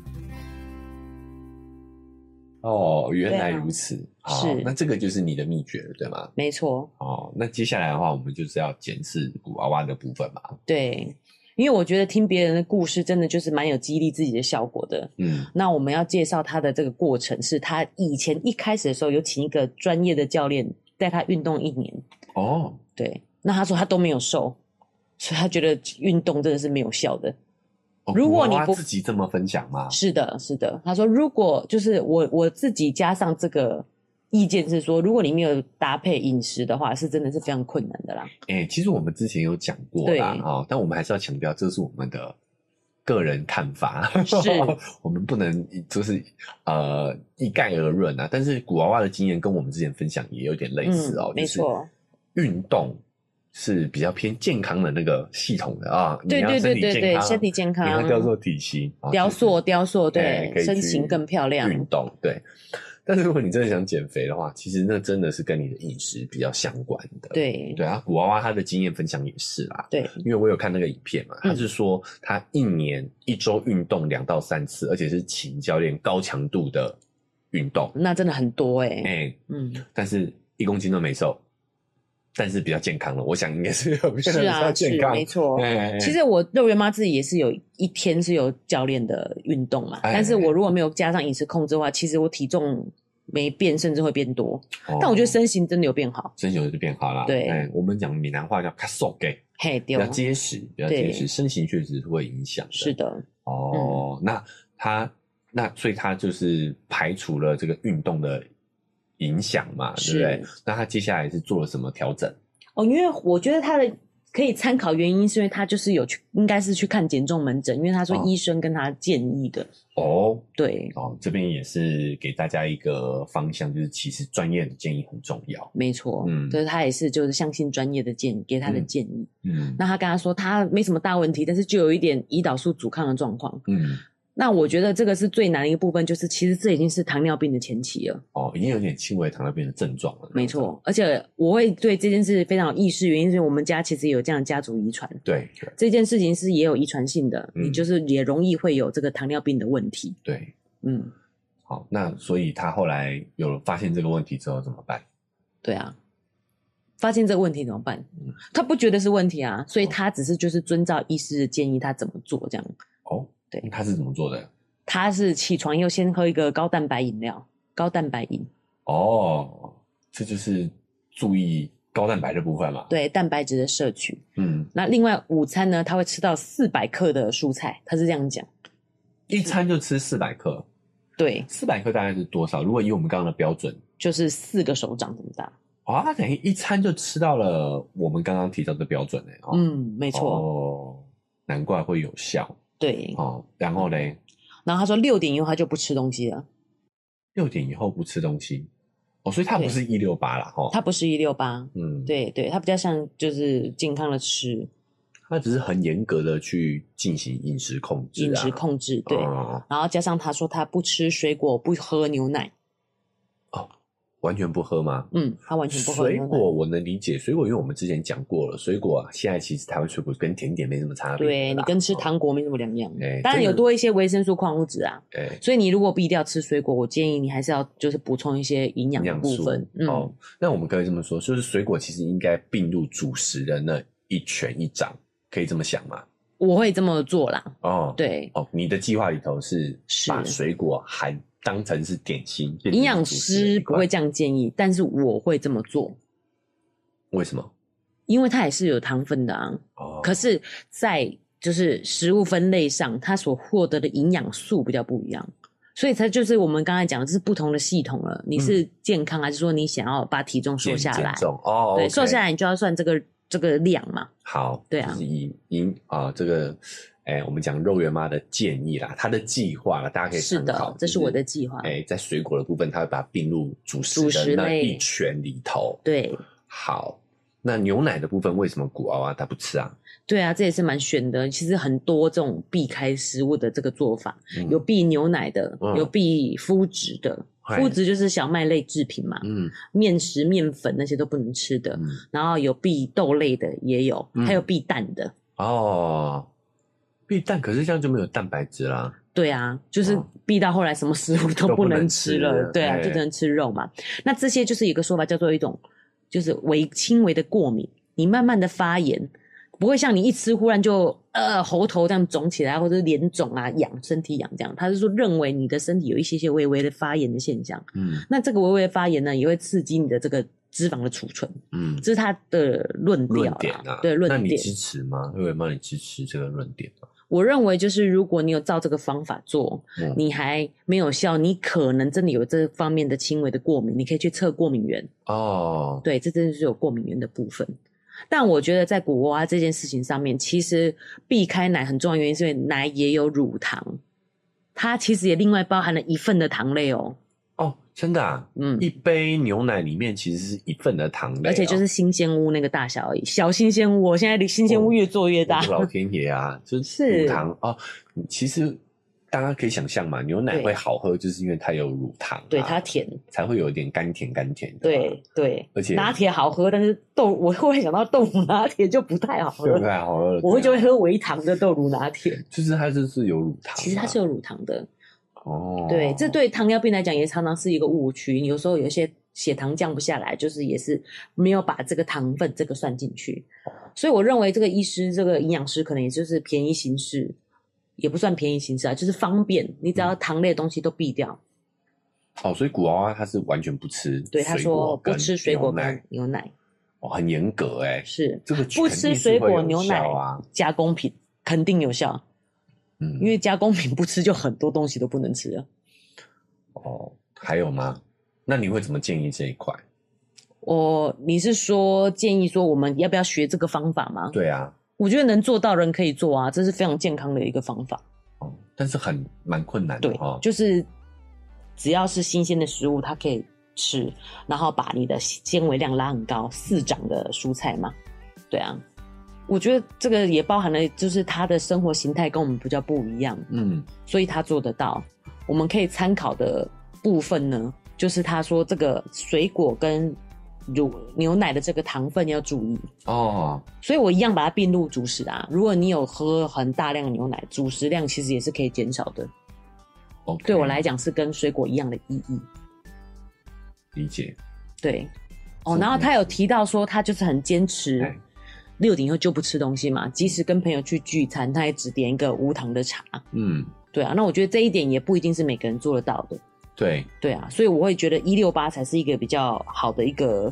[SPEAKER 2] 哦，原来
[SPEAKER 1] 对啊
[SPEAKER 2] 如此。好
[SPEAKER 1] 是
[SPEAKER 2] 那这个就是你的秘诀了，对吗？
[SPEAKER 1] 没错。
[SPEAKER 2] 哦，那接下来的话，我们就是要检视古娃娃的部分嘛。
[SPEAKER 1] 对，因为我觉得听别人的故事，真的就是蛮有激励自己的效果的。
[SPEAKER 2] 嗯，
[SPEAKER 1] 那我们要介绍他的这个过程，是他以前一开始的时候有请一个专业的教练带他运动一年，
[SPEAKER 2] 哦，
[SPEAKER 1] 对，那他说他都没有瘦，所以他觉得运动真的是没有效的。
[SPEAKER 2] 哦
[SPEAKER 1] 如果
[SPEAKER 2] 古
[SPEAKER 1] 你
[SPEAKER 2] 娃娃
[SPEAKER 1] 不
[SPEAKER 2] 自己这么分享吗？
[SPEAKER 1] 是的，是的。他说，如果就是我我自己加上这个意见是说，如果你没有搭配饮食的话，是真的是非常困难的啦。
[SPEAKER 2] 哎、其实我们之前有讲过啦，
[SPEAKER 1] 对
[SPEAKER 2] 哦，但我们还是要强调，这是我们的个人看法，
[SPEAKER 1] 是
[SPEAKER 2] 我们不能一就是呃一概而论啊。但是古娃娃的经验跟我们之前分享也有点类似哦，
[SPEAKER 1] 嗯没错，
[SPEAKER 2] 运动是比较偏健康的那个系统的啊，你
[SPEAKER 1] 对
[SPEAKER 2] 要
[SPEAKER 1] 对
[SPEAKER 2] 身
[SPEAKER 1] 对
[SPEAKER 2] 体
[SPEAKER 1] 对
[SPEAKER 2] 健
[SPEAKER 1] 对，
[SPEAKER 2] 康
[SPEAKER 1] 身体健康，
[SPEAKER 2] 你要雕塑体型，啊
[SPEAKER 1] 雕
[SPEAKER 2] 就是
[SPEAKER 1] 塑雕塑，对
[SPEAKER 2] 哎，可以
[SPEAKER 1] 身
[SPEAKER 2] 去
[SPEAKER 1] 形更漂亮。
[SPEAKER 2] 运动对。但是如果你真的想减肥的话，其实那真的是跟你的饮食比较相关的。
[SPEAKER 1] 对
[SPEAKER 2] 对啊，古娃娃她的经验分享也是啦，
[SPEAKER 1] 对
[SPEAKER 2] 因为我有看那个影片嘛，
[SPEAKER 1] 嗯
[SPEAKER 2] 她是说她一年一周运动两到三次，而且是请教练高强度的运动，
[SPEAKER 1] 那真的很多哎、
[SPEAKER 2] 哎、
[SPEAKER 1] 嗯，
[SPEAKER 2] 但是一公斤都没瘦，但是比较健康了。我想应该是有变得
[SPEAKER 1] 是
[SPEAKER 2] 比较
[SPEAKER 1] 啊，
[SPEAKER 2] 健
[SPEAKER 1] 是
[SPEAKER 2] 康，
[SPEAKER 1] 没错。
[SPEAKER 2] 哎哎哎
[SPEAKER 1] 其实我肉圆妈自己也是有一天是有教练的运动嘛，
[SPEAKER 2] 哎
[SPEAKER 1] 但是我如果没有加上饮食控制的话，其实我体重没变，甚至会变多。
[SPEAKER 2] 哦
[SPEAKER 1] 但我觉得身形真的有变好，
[SPEAKER 2] 身形就变好啦。
[SPEAKER 1] 对
[SPEAKER 2] 哎我们讲闽南话叫“卡瘦给”，
[SPEAKER 1] 嘿，
[SPEAKER 2] 比
[SPEAKER 1] 对
[SPEAKER 2] 较
[SPEAKER 1] 哦，
[SPEAKER 2] 结实，比较结实，
[SPEAKER 1] 对
[SPEAKER 2] 身形确实是会影响的。
[SPEAKER 1] 是嗯的，
[SPEAKER 2] 哦，那他那所以他就是排除了这个运动的影响嘛，对不
[SPEAKER 1] 是
[SPEAKER 2] 对？那他接下来是做了什么调整？
[SPEAKER 1] 哦，因为我觉得他的可以参考原因是因为他就是有去，应该是去看减重门诊，因为他说
[SPEAKER 2] 哦
[SPEAKER 1] 医生跟他建议的。
[SPEAKER 2] 哦
[SPEAKER 1] 对，
[SPEAKER 2] 哦，这边也是给大家一个方向，就是其实专业的建议很重要。
[SPEAKER 1] 没错，
[SPEAKER 2] 嗯
[SPEAKER 1] 所以他也是就是相信专业的建议，给他的
[SPEAKER 2] 嗯
[SPEAKER 1] 建议。
[SPEAKER 2] 嗯
[SPEAKER 1] 那他跟他说他没什么大问题，但是就有一点胰岛素阻抗的状况。
[SPEAKER 2] 嗯，
[SPEAKER 1] 那我觉得这个是最难的一个部分，就是其实这已经是糖尿病的前期了，
[SPEAKER 2] 哦，已经有点轻微糖尿病的症状了。
[SPEAKER 1] 没错。而且我会对这件事非常有意识，原因是我们家其实有这样的家族遗传，
[SPEAKER 2] 对对
[SPEAKER 1] 这件事情是也有遗传性的，
[SPEAKER 2] 嗯
[SPEAKER 1] 你就是也容易会有这个糖尿病的问题。
[SPEAKER 2] 对，
[SPEAKER 1] 嗯，
[SPEAKER 2] 好，那所以他后来有发现这个问题之后怎么办？
[SPEAKER 1] 对啊。发现这个问题怎么办
[SPEAKER 2] 嗯？
[SPEAKER 1] 他不觉得是问题啊，所以
[SPEAKER 2] 哦
[SPEAKER 1] 他只是就是遵照医师的建议，他怎么做这样。
[SPEAKER 2] 哦，
[SPEAKER 1] 对
[SPEAKER 2] 他是怎么做的？
[SPEAKER 1] 他是起床又先喝一个高蛋白饮料，高蛋白饮，
[SPEAKER 2] 哦，这就是注意高蛋白的部分嘛。，
[SPEAKER 1] 对蛋白质的摄取。
[SPEAKER 2] 嗯，
[SPEAKER 1] 那另外午餐呢，他会吃到四百克的蔬菜，他是这样讲。
[SPEAKER 2] 一餐就吃四百克，
[SPEAKER 1] 对，
[SPEAKER 2] 四百克大概是多少？如果以我们刚刚的标准，
[SPEAKER 1] 就是四个手掌这么大。
[SPEAKER 2] 啊，他等于一餐就吃到了我们刚刚提到的标准呢、哦，，
[SPEAKER 1] 嗯，没
[SPEAKER 2] 没
[SPEAKER 1] 错，
[SPEAKER 2] 哦，难怪会有效
[SPEAKER 1] 对。
[SPEAKER 2] 哦。然后嘞，
[SPEAKER 1] 然后他说六点以后他就不吃东西了，
[SPEAKER 2] 六点以后不吃东西，哦，所以他
[SPEAKER 1] 对
[SPEAKER 2] 不是一六八啦，哦，
[SPEAKER 1] 他不是一六八，
[SPEAKER 2] 嗯，，
[SPEAKER 1] 对对，他比较像就是健康的吃，
[SPEAKER 2] 他只是很严格的去进行饮食控制、啊，
[SPEAKER 1] 饮食控制，对。
[SPEAKER 2] 哦
[SPEAKER 1] 然后加上他说他不吃水果，不喝牛奶，
[SPEAKER 2] 完全不喝吗？
[SPEAKER 1] 嗯，他完全不喝
[SPEAKER 2] 水
[SPEAKER 1] 牛奶。
[SPEAKER 2] 果我能理解，水果因为我们之前讲过了，水果啊，现在其实台湾水果跟甜点没什么差别。
[SPEAKER 1] 对你跟吃，糖果没什么两样
[SPEAKER 2] 啊哎，
[SPEAKER 1] 当然
[SPEAKER 2] 真
[SPEAKER 1] 有
[SPEAKER 2] 的
[SPEAKER 1] 多一些维生素、矿物质啊。
[SPEAKER 2] 哎、
[SPEAKER 1] 所以你如果避掉吃水果，我建议你还是要就是补充一些营养
[SPEAKER 2] 营
[SPEAKER 1] 的
[SPEAKER 2] 养
[SPEAKER 1] 部
[SPEAKER 2] 素
[SPEAKER 1] 分。嗯，
[SPEAKER 2] 哦，那我们可以这么说，就是水果其实应该并入主食的那一拳一掌，可以这么想吗？
[SPEAKER 1] 我会这么做啦。
[SPEAKER 2] 哦，，
[SPEAKER 1] 对，
[SPEAKER 2] 哦，你的计划里头是
[SPEAKER 1] 是
[SPEAKER 2] 把水果含当成是点心，变成
[SPEAKER 1] 营养
[SPEAKER 2] 主食的
[SPEAKER 1] 师
[SPEAKER 2] 一
[SPEAKER 1] 不
[SPEAKER 2] 块
[SPEAKER 1] 会这样建议，但是我会这么做，
[SPEAKER 2] 为什么？
[SPEAKER 1] 因为它也是有糖分的啊。
[SPEAKER 2] 哦，
[SPEAKER 1] 可是，在就是食物分类上，它所获得的营养素比较不一样，所以它就是我们刚才讲的，这是不同的系统了。
[SPEAKER 2] 嗯
[SPEAKER 1] 你是健康，还是说你想要把体重瘦
[SPEAKER 2] 减
[SPEAKER 1] 下来
[SPEAKER 2] 减？重哦，
[SPEAKER 1] 对，
[SPEAKER 2] OK
[SPEAKER 1] 瘦下来你就要算这个这个量嘛。
[SPEAKER 2] 好，
[SPEAKER 1] 对啊
[SPEAKER 2] 就是以以啊、这个，哎、我们讲肉圆妈的建议啦，她的计划啦，大家可以
[SPEAKER 1] 是
[SPEAKER 2] 参考
[SPEAKER 1] 的，这是我的。计划。
[SPEAKER 2] 哎、在水果的部分，她会把它并入主食
[SPEAKER 1] 主
[SPEAKER 2] 的
[SPEAKER 1] 食
[SPEAKER 2] 那
[SPEAKER 1] 类
[SPEAKER 2] 一圈里头。
[SPEAKER 1] 对
[SPEAKER 2] 好，那牛奶的部分为什么古娃娃她不吃啊？
[SPEAKER 1] 对啊，这也是蛮选的。其实很多这种避开食物的这个做法，
[SPEAKER 2] 嗯
[SPEAKER 1] 有避牛奶的，
[SPEAKER 2] 嗯
[SPEAKER 1] 有避麸质的。
[SPEAKER 2] 嗨
[SPEAKER 1] 麸质就是小麦类制品嘛，
[SPEAKER 2] 嗯
[SPEAKER 1] 面食、面粉那些都不能吃的。
[SPEAKER 2] 嗯
[SPEAKER 1] 然后有避豆类的也有，
[SPEAKER 2] 嗯
[SPEAKER 1] 还有避蛋的。
[SPEAKER 2] 哦，避蛋，可是这样就没有蛋白质啦。
[SPEAKER 1] 对啊，就是
[SPEAKER 2] 哦
[SPEAKER 1] 避到后来什么食物都
[SPEAKER 2] 都不
[SPEAKER 1] 不能
[SPEAKER 2] 能
[SPEAKER 1] 吃
[SPEAKER 2] 吃
[SPEAKER 1] 了，
[SPEAKER 2] 了
[SPEAKER 1] 对啊，
[SPEAKER 2] 哎
[SPEAKER 1] 就只能吃肉嘛。那这些就是一个说法，叫做一种就是微轻微的过敏，你慢慢的发炎，不会像你一吃忽然就呃喉头这样肿起来，或者是脸肿啊、痒、身体痒这样。他是说认为你的身体有一些些微微的发炎的现象，
[SPEAKER 2] 嗯
[SPEAKER 1] 那这个微微的发炎呢，也会刺激你的这个脂肪的储存，
[SPEAKER 2] 嗯，
[SPEAKER 1] 这是他的论调
[SPEAKER 2] 论
[SPEAKER 1] 啦
[SPEAKER 2] 点啊，
[SPEAKER 1] 对论
[SPEAKER 2] 那
[SPEAKER 1] 点。
[SPEAKER 2] 你支持吗？瑞文帮你支持这个论点吗？
[SPEAKER 1] 我认为就是如果你有照这个方法做，
[SPEAKER 2] 嗯
[SPEAKER 1] 你还没有效，你可能真的有这方面的轻微的过敏，你可以去测过敏源。
[SPEAKER 2] 哦，
[SPEAKER 1] 对，这真的是有过敏源的部分。但我觉得在古娃娃这件事情上面，其实避开奶很重要的原因，是因为奶也有乳糖，它其实也另外包含了一份的糖类哦。
[SPEAKER 2] 哦，真的啊，
[SPEAKER 1] 嗯，
[SPEAKER 2] 一杯牛奶里面其实是一份的糖类哦、
[SPEAKER 1] 而且就是新鲜屋那个大小而已，小新鲜屋哦。我现在离新鲜屋越做越
[SPEAKER 2] 我
[SPEAKER 1] 大
[SPEAKER 2] 的。老天爷啊，就是乳糖哦。其实大家可以想象嘛，牛奶
[SPEAKER 1] 对
[SPEAKER 2] 会好喝，就是因为它有乳糖啊、
[SPEAKER 1] 对它甜，
[SPEAKER 2] 才会有一点甘甜甘甜的、
[SPEAKER 1] 对，对，
[SPEAKER 2] 而且
[SPEAKER 1] 拿铁好喝，但是豆 我忽然想到豆腐拿铁就不太好喝
[SPEAKER 2] 就不太好喝了。
[SPEAKER 1] 我会就
[SPEAKER 2] 对
[SPEAKER 1] 会
[SPEAKER 2] 啊，
[SPEAKER 1] 喝微糖的豆乳拿铁，
[SPEAKER 2] 就是它就是有乳糖嘛、
[SPEAKER 1] 其实它是有乳糖的。
[SPEAKER 2] 哦，
[SPEAKER 1] 对，这对糖尿病来讲也常常是一个误区。有时候有一些血糖降不下来，就是也是没有把这个糖分这个算进去。所以我认为这个医师、这个营养师可能也就是便宜行事，也不算便宜行事啊，就是方便。你只要糖类的东西都避掉。
[SPEAKER 2] 哦，所以古娃娃他是完全不吃水果
[SPEAKER 1] 对，他说不
[SPEAKER 2] 跟
[SPEAKER 1] 吃水果
[SPEAKER 2] 牛奶
[SPEAKER 1] 跟，牛奶
[SPEAKER 2] 哦，很严格哎、
[SPEAKER 1] 是
[SPEAKER 2] 这个
[SPEAKER 1] 不
[SPEAKER 2] 肯定
[SPEAKER 1] 吃
[SPEAKER 2] 是
[SPEAKER 1] 水
[SPEAKER 2] 会
[SPEAKER 1] 果、
[SPEAKER 2] 有
[SPEAKER 1] 牛奶
[SPEAKER 2] 效啊，
[SPEAKER 1] 加工品肯定有效，
[SPEAKER 2] 嗯，
[SPEAKER 1] 因为加工品不吃就很多东西都不能吃了。
[SPEAKER 2] 哦，还有吗？那你会怎么建议这一块？
[SPEAKER 1] 我你是说建议说我们要不要学这个方法吗？
[SPEAKER 2] 对啊，
[SPEAKER 1] 我觉得能做到人可以做啊，这是非常健康的一个方法。
[SPEAKER 2] 哦，但是很蛮困难的
[SPEAKER 1] 对，
[SPEAKER 2] 哦。
[SPEAKER 1] 就是只要是新鲜的食物，它可以吃，然后把你的纤维量拉很高，四掌的蔬菜嘛，对啊。我觉得这个也包含了，就是他的生活形态跟我们比较不一样，
[SPEAKER 2] 嗯，
[SPEAKER 1] 所以他做得到。我们可以参考的部分呢，就是他说这个水果跟乳牛奶的这个糖分要注意，
[SPEAKER 2] 哦，
[SPEAKER 1] 所以我一样把它并入主食啊。如果你有喝很大量的牛奶，主食量其实也是可以减少的。
[SPEAKER 2] o
[SPEAKER 1] 对我来讲是跟水果一样的意义。
[SPEAKER 2] 理解，
[SPEAKER 1] 对，哦，
[SPEAKER 2] 是
[SPEAKER 1] 然后
[SPEAKER 2] 的
[SPEAKER 1] 他有提到说他就是很坚持
[SPEAKER 2] 哎，
[SPEAKER 1] 六点以后就不吃东西嘛，即使跟朋友去聚餐，他也只点一个无糖的茶。
[SPEAKER 2] 嗯，
[SPEAKER 1] 对啊，那我觉得这一点也不一定是每个人做得到的。
[SPEAKER 2] 对，
[SPEAKER 1] 对啊，所以我会觉得一六八才是一个比较好的一个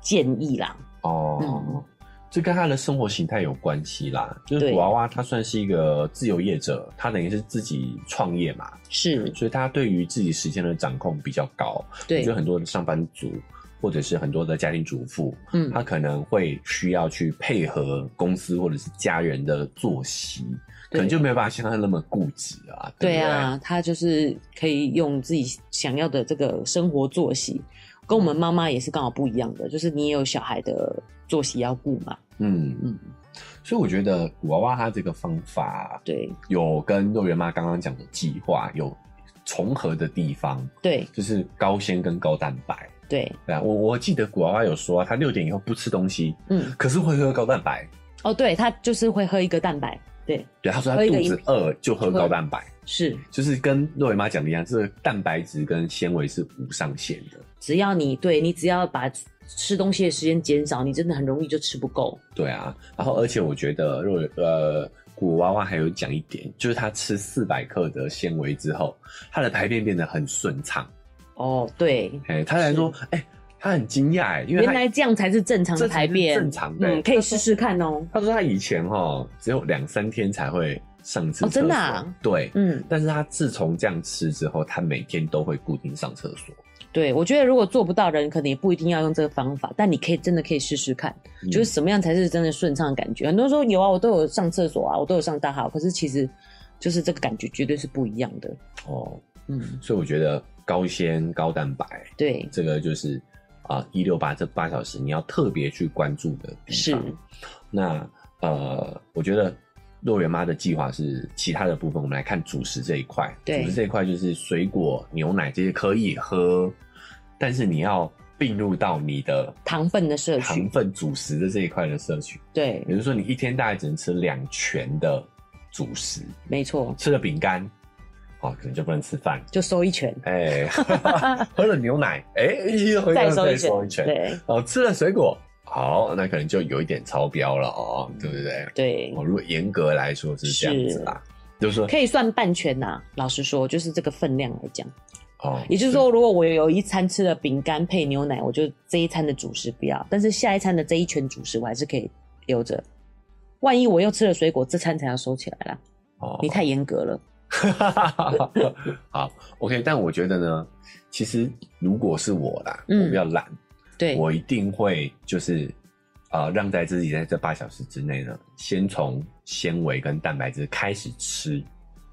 [SPEAKER 1] 建议啦。
[SPEAKER 2] 哦，
[SPEAKER 1] 嗯
[SPEAKER 2] 这跟他的生活形态有关系啦。就是
[SPEAKER 1] 对
[SPEAKER 2] 古娃娃他算是一个自由业者，他等于是自己创业嘛，
[SPEAKER 1] 是，
[SPEAKER 2] 所以他对于自己时间的掌控比较高。我
[SPEAKER 1] 对
[SPEAKER 2] 觉，得很多的上班族或者是很多的家庭主妇，
[SPEAKER 1] 嗯，
[SPEAKER 2] 他可能会需要去配合公司或者是家人的作息，可
[SPEAKER 1] 对
[SPEAKER 2] 能就没有办法像他那么固执啊。对
[SPEAKER 1] 对
[SPEAKER 2] 不对
[SPEAKER 1] 啊，，他就是可以用自己想要的这个生活作息，跟我们妈妈也是刚好不一样的，就是你也有小孩的作息要顾嘛。
[SPEAKER 2] 嗯嗯
[SPEAKER 1] 嗯。
[SPEAKER 2] 所以我觉得古娃娃他这个方法
[SPEAKER 1] 对
[SPEAKER 2] 有跟肉圆妈刚刚讲的计划有重合的地方，
[SPEAKER 1] 对
[SPEAKER 2] 就是高纤跟高蛋白。
[SPEAKER 1] 对，
[SPEAKER 2] 对啊，我我记得古娃娃有说、啊，他六点以后不吃东西，
[SPEAKER 1] 嗯。
[SPEAKER 2] 可是会喝高蛋白。
[SPEAKER 1] 哦，对，他就是会喝一个蛋白，对，
[SPEAKER 2] 对，他说他
[SPEAKER 1] 喝一个
[SPEAKER 2] 肚
[SPEAKER 1] 饮
[SPEAKER 2] 子饿就喝高蛋白。
[SPEAKER 1] 是，
[SPEAKER 2] 就是跟肉圆妈讲的一样，这个蛋白质跟纤维是无上限的。
[SPEAKER 1] 只要你对你只要把吃东西的时间减少，你真的很容易就吃不够。
[SPEAKER 2] 对啊，然后而且我觉得肉圆呃古娃娃还有讲一点，就是他吃四百克的纤维之后，他的排便变得很顺畅。
[SPEAKER 1] 哦，对，
[SPEAKER 2] 哎、他来说，哎、他很惊讶哎，因为
[SPEAKER 1] 原
[SPEAKER 2] 他
[SPEAKER 1] 来这样才是正常的
[SPEAKER 2] 这才
[SPEAKER 1] 排
[SPEAKER 2] 是
[SPEAKER 1] 便，
[SPEAKER 2] 正常的、
[SPEAKER 1] 嗯，可以试试看哦。
[SPEAKER 2] 他说他以前哈只有两三天才会上次
[SPEAKER 1] 哦真的啊
[SPEAKER 2] 对。
[SPEAKER 1] 嗯，
[SPEAKER 2] 但是他自从这样吃之后，他每天都会固定上厕所。
[SPEAKER 1] 对，我觉得如果做不到的人，可能也不一定要用这个方法，但你可以真的可以试试看，
[SPEAKER 2] 嗯
[SPEAKER 1] 就是什么样才是真的顺畅的感觉。很多人说有啊，我都有上厕所啊，我都有上大号，可是其实就是这个感觉绝对是不一样的。
[SPEAKER 2] 哦，
[SPEAKER 1] 嗯，
[SPEAKER 2] 所以我觉得高纤、高蛋白，
[SPEAKER 1] 对，
[SPEAKER 2] 这个就是啊一六八这八小时你要特别去关注的地
[SPEAKER 1] 是
[SPEAKER 2] 方。那呃，我觉得肉圆妈的计划是其他的部分，我们来看主食这一块。
[SPEAKER 1] 对
[SPEAKER 2] 主食这一块就是水果、牛奶这些可以喝，但是你要并入到你的
[SPEAKER 1] 糖分的摄取
[SPEAKER 2] 糖分主食的这一块的摄取。
[SPEAKER 1] 对
[SPEAKER 2] 也，就是说，你一天大概只能吃两拳的主食，
[SPEAKER 1] 没错，
[SPEAKER 2] 吃了饼干，哦，可能就不能吃饭。
[SPEAKER 1] 就收一 拳。
[SPEAKER 2] 哎、 喝了牛奶，哎、又回
[SPEAKER 1] 再
[SPEAKER 2] 到
[SPEAKER 1] 收
[SPEAKER 2] 再
[SPEAKER 1] 一拳，
[SPEAKER 2] 收一拳，
[SPEAKER 1] 对
[SPEAKER 2] 哦，吃了水果，好，那可能就有一点超标了哦，对不对？
[SPEAKER 1] 对
[SPEAKER 2] 哦，，如果严格来说是这样子啦，就是说
[SPEAKER 1] 可以算半拳呐、老实说，就是这个分量来讲，
[SPEAKER 2] 哦，
[SPEAKER 1] 也就是说，如果我有一餐吃了饼干配牛奶，我就这一餐的主食不要，但是下一餐的这一拳主食我还是可以留着。万一我又吃了水果，这餐才要收起来啦。
[SPEAKER 2] 哦
[SPEAKER 1] 你太严格了，
[SPEAKER 2] 好，OK，但我觉得呢，其实如果是我啦，
[SPEAKER 1] 嗯
[SPEAKER 2] 我比较懒，
[SPEAKER 1] 对，
[SPEAKER 2] 我一定会就是呃，让在自己在这八小时之内呢，先从纤维跟蛋白质开始吃，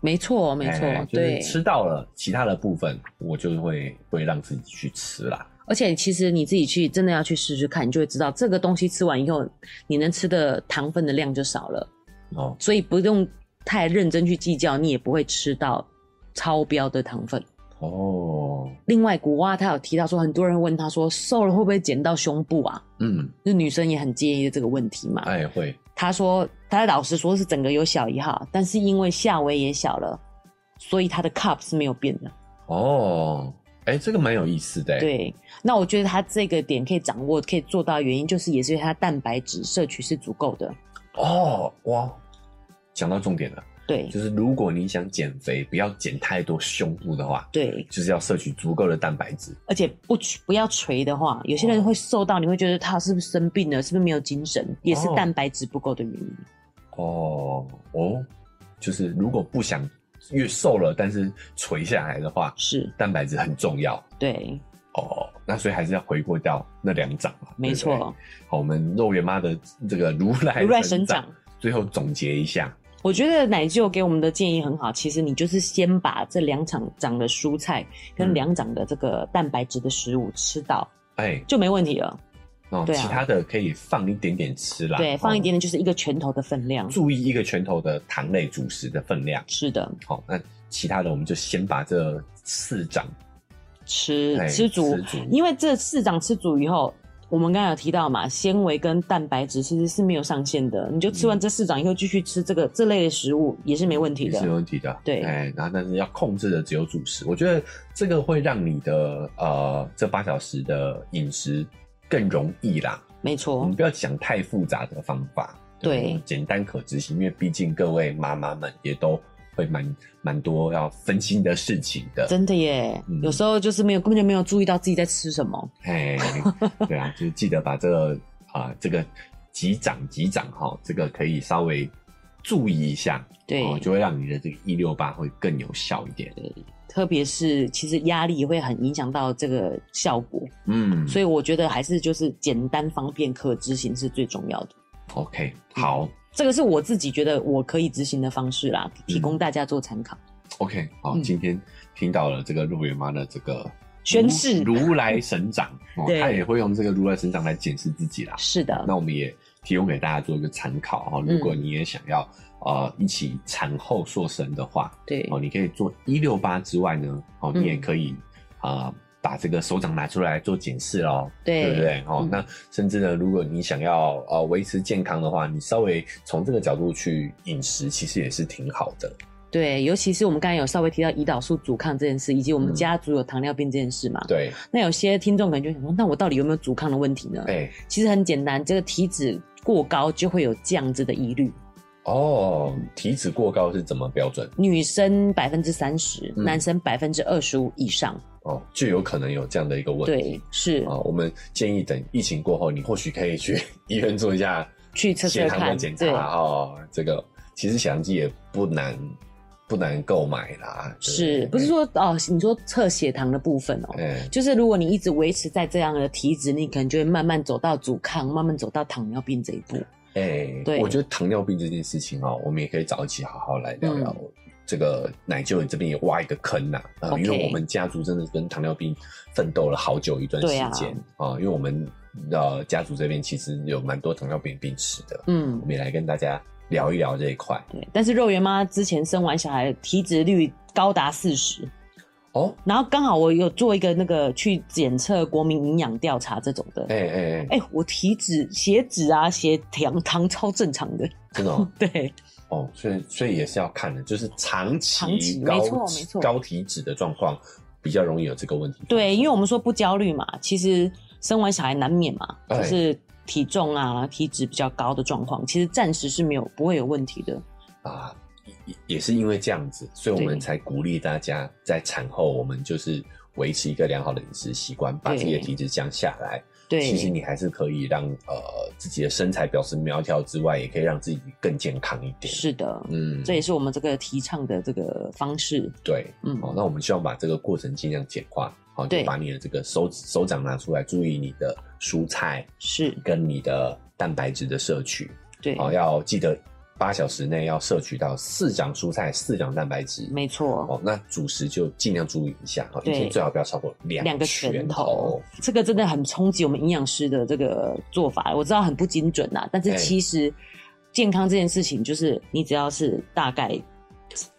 [SPEAKER 1] 没错，没错，
[SPEAKER 2] 哎就是
[SPEAKER 1] 对。
[SPEAKER 2] 吃到了其他的部分，我就会会让自己去吃啦。
[SPEAKER 1] 而且其实你自己去真的要去试试看，你就会知道这个东西吃完以后，你能吃的糖分的量就少了。
[SPEAKER 2] 哦，
[SPEAKER 1] 所以不用太认真去计较，你也不会吃到超标的糖分。
[SPEAKER 2] 哦，
[SPEAKER 1] 另外，古蛙他有提到说，很多人问他说，瘦了会不会减到胸部啊？
[SPEAKER 2] 嗯，
[SPEAKER 1] 就女生也很介意这个问题嘛。
[SPEAKER 2] 哎，会，
[SPEAKER 1] 他说，他老实说是整个有小一号，但是因为下围也小了，所以他的 cup 是没有变的。
[SPEAKER 2] 哦，哎，这个蛮有意思的，，
[SPEAKER 1] 对，那我觉得他这个点可以掌握，可以做到，原因就是也是因为他蛋白质摄取是足够的。
[SPEAKER 2] 哦，哇，讲到重点了，
[SPEAKER 1] 对
[SPEAKER 2] 就是如果你想减肥，不要减太多胸部的话，
[SPEAKER 1] 对，
[SPEAKER 2] 就是要摄取足够的蛋白质。
[SPEAKER 1] 而且不垂不要垂的话，有些人会瘦到，你会觉得他是不是生病了，是不是没有精神，也是
[SPEAKER 2] 哦
[SPEAKER 1] 蛋白质不够的原因。
[SPEAKER 2] 哦，哦，就是如果不想越瘦了，但是垂下来的话，
[SPEAKER 1] 是
[SPEAKER 2] 蛋白质很重要。
[SPEAKER 1] 对，
[SPEAKER 2] 哦，那所以还是要回过到那两掌嘛，
[SPEAKER 1] 没
[SPEAKER 2] 对不对
[SPEAKER 1] 错。，
[SPEAKER 2] 好，我们肉圆妈的这个如来
[SPEAKER 1] 如来神掌
[SPEAKER 2] 掌，。最后总结一下，
[SPEAKER 1] 我觉得奶舅给我们的建议很好，其实你就是先把这两场长的蔬菜跟
[SPEAKER 2] 嗯
[SPEAKER 1] 两掌的这个蛋白质的食物吃到，
[SPEAKER 2] 哎，
[SPEAKER 1] 就没问题了。
[SPEAKER 2] 哦，
[SPEAKER 1] 对啊
[SPEAKER 2] 其他的可以放一点点吃啦，
[SPEAKER 1] 对，放一
[SPEAKER 2] 哦
[SPEAKER 1] 点点就是一个拳头的分量。
[SPEAKER 2] 注意一个拳头的糖类主食的分量。
[SPEAKER 1] 是的，
[SPEAKER 2] 好、那其他的我们就先把这四掌
[SPEAKER 1] 吃
[SPEAKER 2] 哎
[SPEAKER 1] 吃足
[SPEAKER 2] 吃，足
[SPEAKER 1] 因为这四掌吃足以后，我们刚才有提到嘛，纤维跟蛋白质其实是没有上限的，你就吃完这四掌以后继续吃这个这类的食物也是没问题
[SPEAKER 2] 嗯也是没
[SPEAKER 1] 的。
[SPEAKER 2] 问题的。
[SPEAKER 1] 对
[SPEAKER 2] 哎，然后但是要控制的只有主食，我觉得这个会让你的呃这八小时的饮食更容易啦。
[SPEAKER 1] 没
[SPEAKER 2] 我
[SPEAKER 1] 错
[SPEAKER 2] 们，不要想太复杂的方法，嗯
[SPEAKER 1] 对
[SPEAKER 2] 简单可执行，因为毕竟各位妈妈们也都会蛮蛮多要分心的事情的。
[SPEAKER 1] 真的耶，
[SPEAKER 2] 嗯
[SPEAKER 1] 有时候就是没有根本就没有注意到自己在吃什么。
[SPEAKER 2] 哎， 对啊，就是记得把这个啊、这个击掌击掌哈，这个可以稍微注意一下，
[SPEAKER 1] 对，
[SPEAKER 2] 哦，就会让你的这个一六八会更有效一点。
[SPEAKER 1] 特别是其实压力也会很影响到这个效果，
[SPEAKER 2] 嗯，
[SPEAKER 1] 所以我觉得还是就是简单方便可执行是最重要的。
[SPEAKER 2] OK，好
[SPEAKER 1] 嗯这个是我自己觉得我可以执行的方式啦，
[SPEAKER 2] 嗯
[SPEAKER 1] 提供大家做参考。
[SPEAKER 2] ，OK，好，
[SPEAKER 1] 嗯
[SPEAKER 2] 今天听到了这个肉圆妈的这个
[SPEAKER 1] 宣誓
[SPEAKER 2] 如如来神掌，哦，
[SPEAKER 1] 对
[SPEAKER 2] 她也会用这个如来神掌来检视自己啦。
[SPEAKER 1] 是的，
[SPEAKER 2] 那我们也提供给大家做一个参考哈、哦，如
[SPEAKER 1] 嗯
[SPEAKER 2] 果你也想要、呃一起产后塑身的话，
[SPEAKER 1] 对，
[SPEAKER 2] 哦，你可以做一六八之外呢，哦，
[SPEAKER 1] 嗯
[SPEAKER 2] 你也可以啊、呃把这个手掌拿出来做检视哦，
[SPEAKER 1] 对
[SPEAKER 2] 不对？哦，
[SPEAKER 1] 嗯
[SPEAKER 2] 那甚至呢，如果你想要呃维持健康的话，你稍微从这个角度去饮食，其实也是挺好的。
[SPEAKER 1] 嗯对，尤其是我们刚才有稍微提到胰岛素阻抗这件事，以及我们
[SPEAKER 2] 嗯
[SPEAKER 1] 家族有糖尿病这件事嘛。
[SPEAKER 2] 对，
[SPEAKER 1] 那有些听众可能就想说，那我到底有没有阻抗的问题呢？
[SPEAKER 2] 哎、
[SPEAKER 1] 其实很简单，这个体脂过高就会有这样子的疑虑。
[SPEAKER 2] 哦，体脂过高是怎么标准？
[SPEAKER 1] 女生百分之三十，
[SPEAKER 2] 嗯
[SPEAKER 1] 男生百分之二十五以上。
[SPEAKER 2] 哦，就有可能有这样的一个问
[SPEAKER 1] 对
[SPEAKER 2] 题。，
[SPEAKER 1] 是、
[SPEAKER 2] 啊、我们建议等疫情过后，你或许可以去 医院做一下
[SPEAKER 1] 去测测
[SPEAKER 2] 血糖的
[SPEAKER 1] 看
[SPEAKER 2] 检
[SPEAKER 1] 对
[SPEAKER 2] 查哦。这个其实血糖计也不难，不难购买啦。对
[SPEAKER 1] 是，不是？说哦？你说测血糖的部分哦，
[SPEAKER 2] 哎、
[SPEAKER 1] 就是如果你一直维持在这样的体脂，你可能就会慢慢走到阻抗，慢慢走到糖尿病这一步。
[SPEAKER 2] 哎、
[SPEAKER 1] 对
[SPEAKER 2] 我觉得糖尿病这件事情哦，我们也可以找一起好好来聊聊。
[SPEAKER 1] 嗯
[SPEAKER 2] 这个奶舅，你这边也挖一个坑呐、啊，
[SPEAKER 1] OK
[SPEAKER 2] 因为我们家族真的跟糖尿病奋斗了好久一段时
[SPEAKER 1] 对啊
[SPEAKER 2] 间啊、因为我们呃家族这边其实有蛮多糖尿病病史的，
[SPEAKER 1] 嗯
[SPEAKER 2] 我，们也来跟大家聊一聊这一块
[SPEAKER 1] 对。但是肉圆妈之前生完小孩，体脂率高达四十，
[SPEAKER 2] 哦。
[SPEAKER 1] 然后刚好我有做一个那个去检测国民营养调查这种的。
[SPEAKER 2] 哎哎哎，
[SPEAKER 1] 哎、我体脂、血脂啊、血糖糖超正常的，
[SPEAKER 2] 真的哦
[SPEAKER 1] 对，
[SPEAKER 2] 哦，所以所以也是要看的，就是长
[SPEAKER 1] 长
[SPEAKER 2] 期
[SPEAKER 1] 期
[SPEAKER 2] 高
[SPEAKER 1] 没错没错
[SPEAKER 2] 高体脂的状况比较容易有这个问题。
[SPEAKER 1] 对，因为我们说不焦虑嘛，其实生完小孩难免嘛，
[SPEAKER 2] 哎
[SPEAKER 1] 就是体重啊、体脂比较高的状况，其实暂时是没有不会有问题的。
[SPEAKER 2] 啊，也也是因为这样子，所以我
[SPEAKER 1] 对
[SPEAKER 2] 们才鼓励大家在产后，我们就是维持一个良好的饮食习惯，把
[SPEAKER 1] 对
[SPEAKER 2] 自己的体脂降下来。其实
[SPEAKER 1] 对，
[SPEAKER 2] 你还是可以让呃自己的身材保持苗条之外，也可以让自己更健康一点。
[SPEAKER 1] 是的，
[SPEAKER 2] 嗯，
[SPEAKER 1] 这也是我们这个提倡的这个方式。
[SPEAKER 2] 对，
[SPEAKER 1] 嗯，
[SPEAKER 2] 好，那我们希望把这个过程尽量简化。好，就
[SPEAKER 1] 对
[SPEAKER 2] 把你的这个手指手掌拿出来，注意你的蔬菜
[SPEAKER 1] 是
[SPEAKER 2] 跟你的蛋白质的摄取。
[SPEAKER 1] 对，
[SPEAKER 2] 好，要记得八小时内要摄取到四掌蔬菜、四掌蛋白质。
[SPEAKER 1] 没错，
[SPEAKER 2] 哦，那主食就尽量注意一下，哦，一
[SPEAKER 1] 对
[SPEAKER 2] 天最好不要超过两
[SPEAKER 1] 两个拳
[SPEAKER 2] 拳哦
[SPEAKER 1] 头，这个真的很冲击我们营养师的这个做法。我知道很不精准啊呐，但是
[SPEAKER 2] 哎
[SPEAKER 1] 其实健康这件事情，就是你只要是大概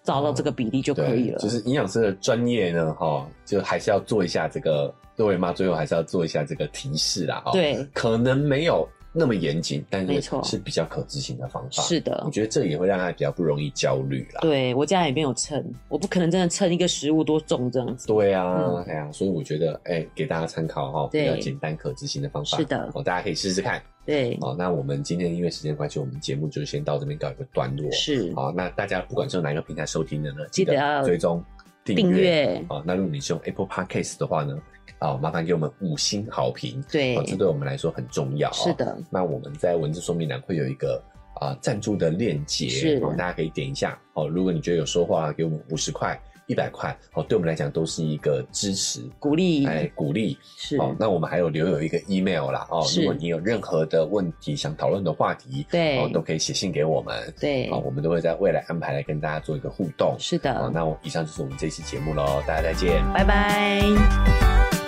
[SPEAKER 1] 找到这个比例就可以
[SPEAKER 2] 哦对，
[SPEAKER 1] 了。
[SPEAKER 2] 就是营养师的专业呢，哈、就还是要做一下这个，各位妈最后还是要做一下这个提示啦，哦，，
[SPEAKER 1] 对，
[SPEAKER 2] 可能没有那么严谨，但
[SPEAKER 1] 没
[SPEAKER 2] 是
[SPEAKER 1] 错
[SPEAKER 2] 是比较可执行的方法。
[SPEAKER 1] 是的
[SPEAKER 2] 我，觉得这也会让大家比较不容易焦虑啦。
[SPEAKER 1] 对我家也没有称，我不可能真的称一个食物多重这样子。
[SPEAKER 2] 对啊，
[SPEAKER 1] 嗯
[SPEAKER 2] 哎呀、所以我觉得，哎、给大家参考哈、比
[SPEAKER 1] 对
[SPEAKER 2] 较简单可执行的方法。
[SPEAKER 1] 是的
[SPEAKER 2] 哦，大家可以试试看。
[SPEAKER 1] 对，
[SPEAKER 2] 哦，那我们今天因为时间关系，我们节目就先到这边告一个段落。
[SPEAKER 1] 是
[SPEAKER 2] 好，那大家不管是用哪一个平台收听的呢，
[SPEAKER 1] 记得要
[SPEAKER 2] 追踪订
[SPEAKER 1] 订
[SPEAKER 2] 阅。
[SPEAKER 1] 阅，
[SPEAKER 2] 啊、那如果你是用 Apple Podcast 的话呢，啊、麻烦给我们五星好评，
[SPEAKER 1] 对
[SPEAKER 2] 哦，这对我们来说很重要、哦。
[SPEAKER 1] 是，的，
[SPEAKER 2] 那我们在文字说明栏会有一个啊赞、助的链接，
[SPEAKER 1] 是
[SPEAKER 2] 哦，大家可以点一下。哦，如果你觉得有收获啊，给我们五十块。一百块，哦，对我们来讲都是一个支持，
[SPEAKER 1] 鼓励
[SPEAKER 2] 哎，鼓励。
[SPEAKER 1] 嗯是，
[SPEAKER 2] 哦，那我们还有留有一个 email 啦，哦，
[SPEAKER 1] 是
[SPEAKER 2] 如果你有任何的问题想讨论的话题，
[SPEAKER 1] 对
[SPEAKER 2] 哦，都可以写信给我们，
[SPEAKER 1] 对
[SPEAKER 2] 哦，，我们都会在未来安排来跟大家做一个互动。
[SPEAKER 1] 是
[SPEAKER 2] 哦，
[SPEAKER 1] 的，
[SPEAKER 2] 那我以上就是我们这期节目喽，大家再见。
[SPEAKER 1] 拜拜。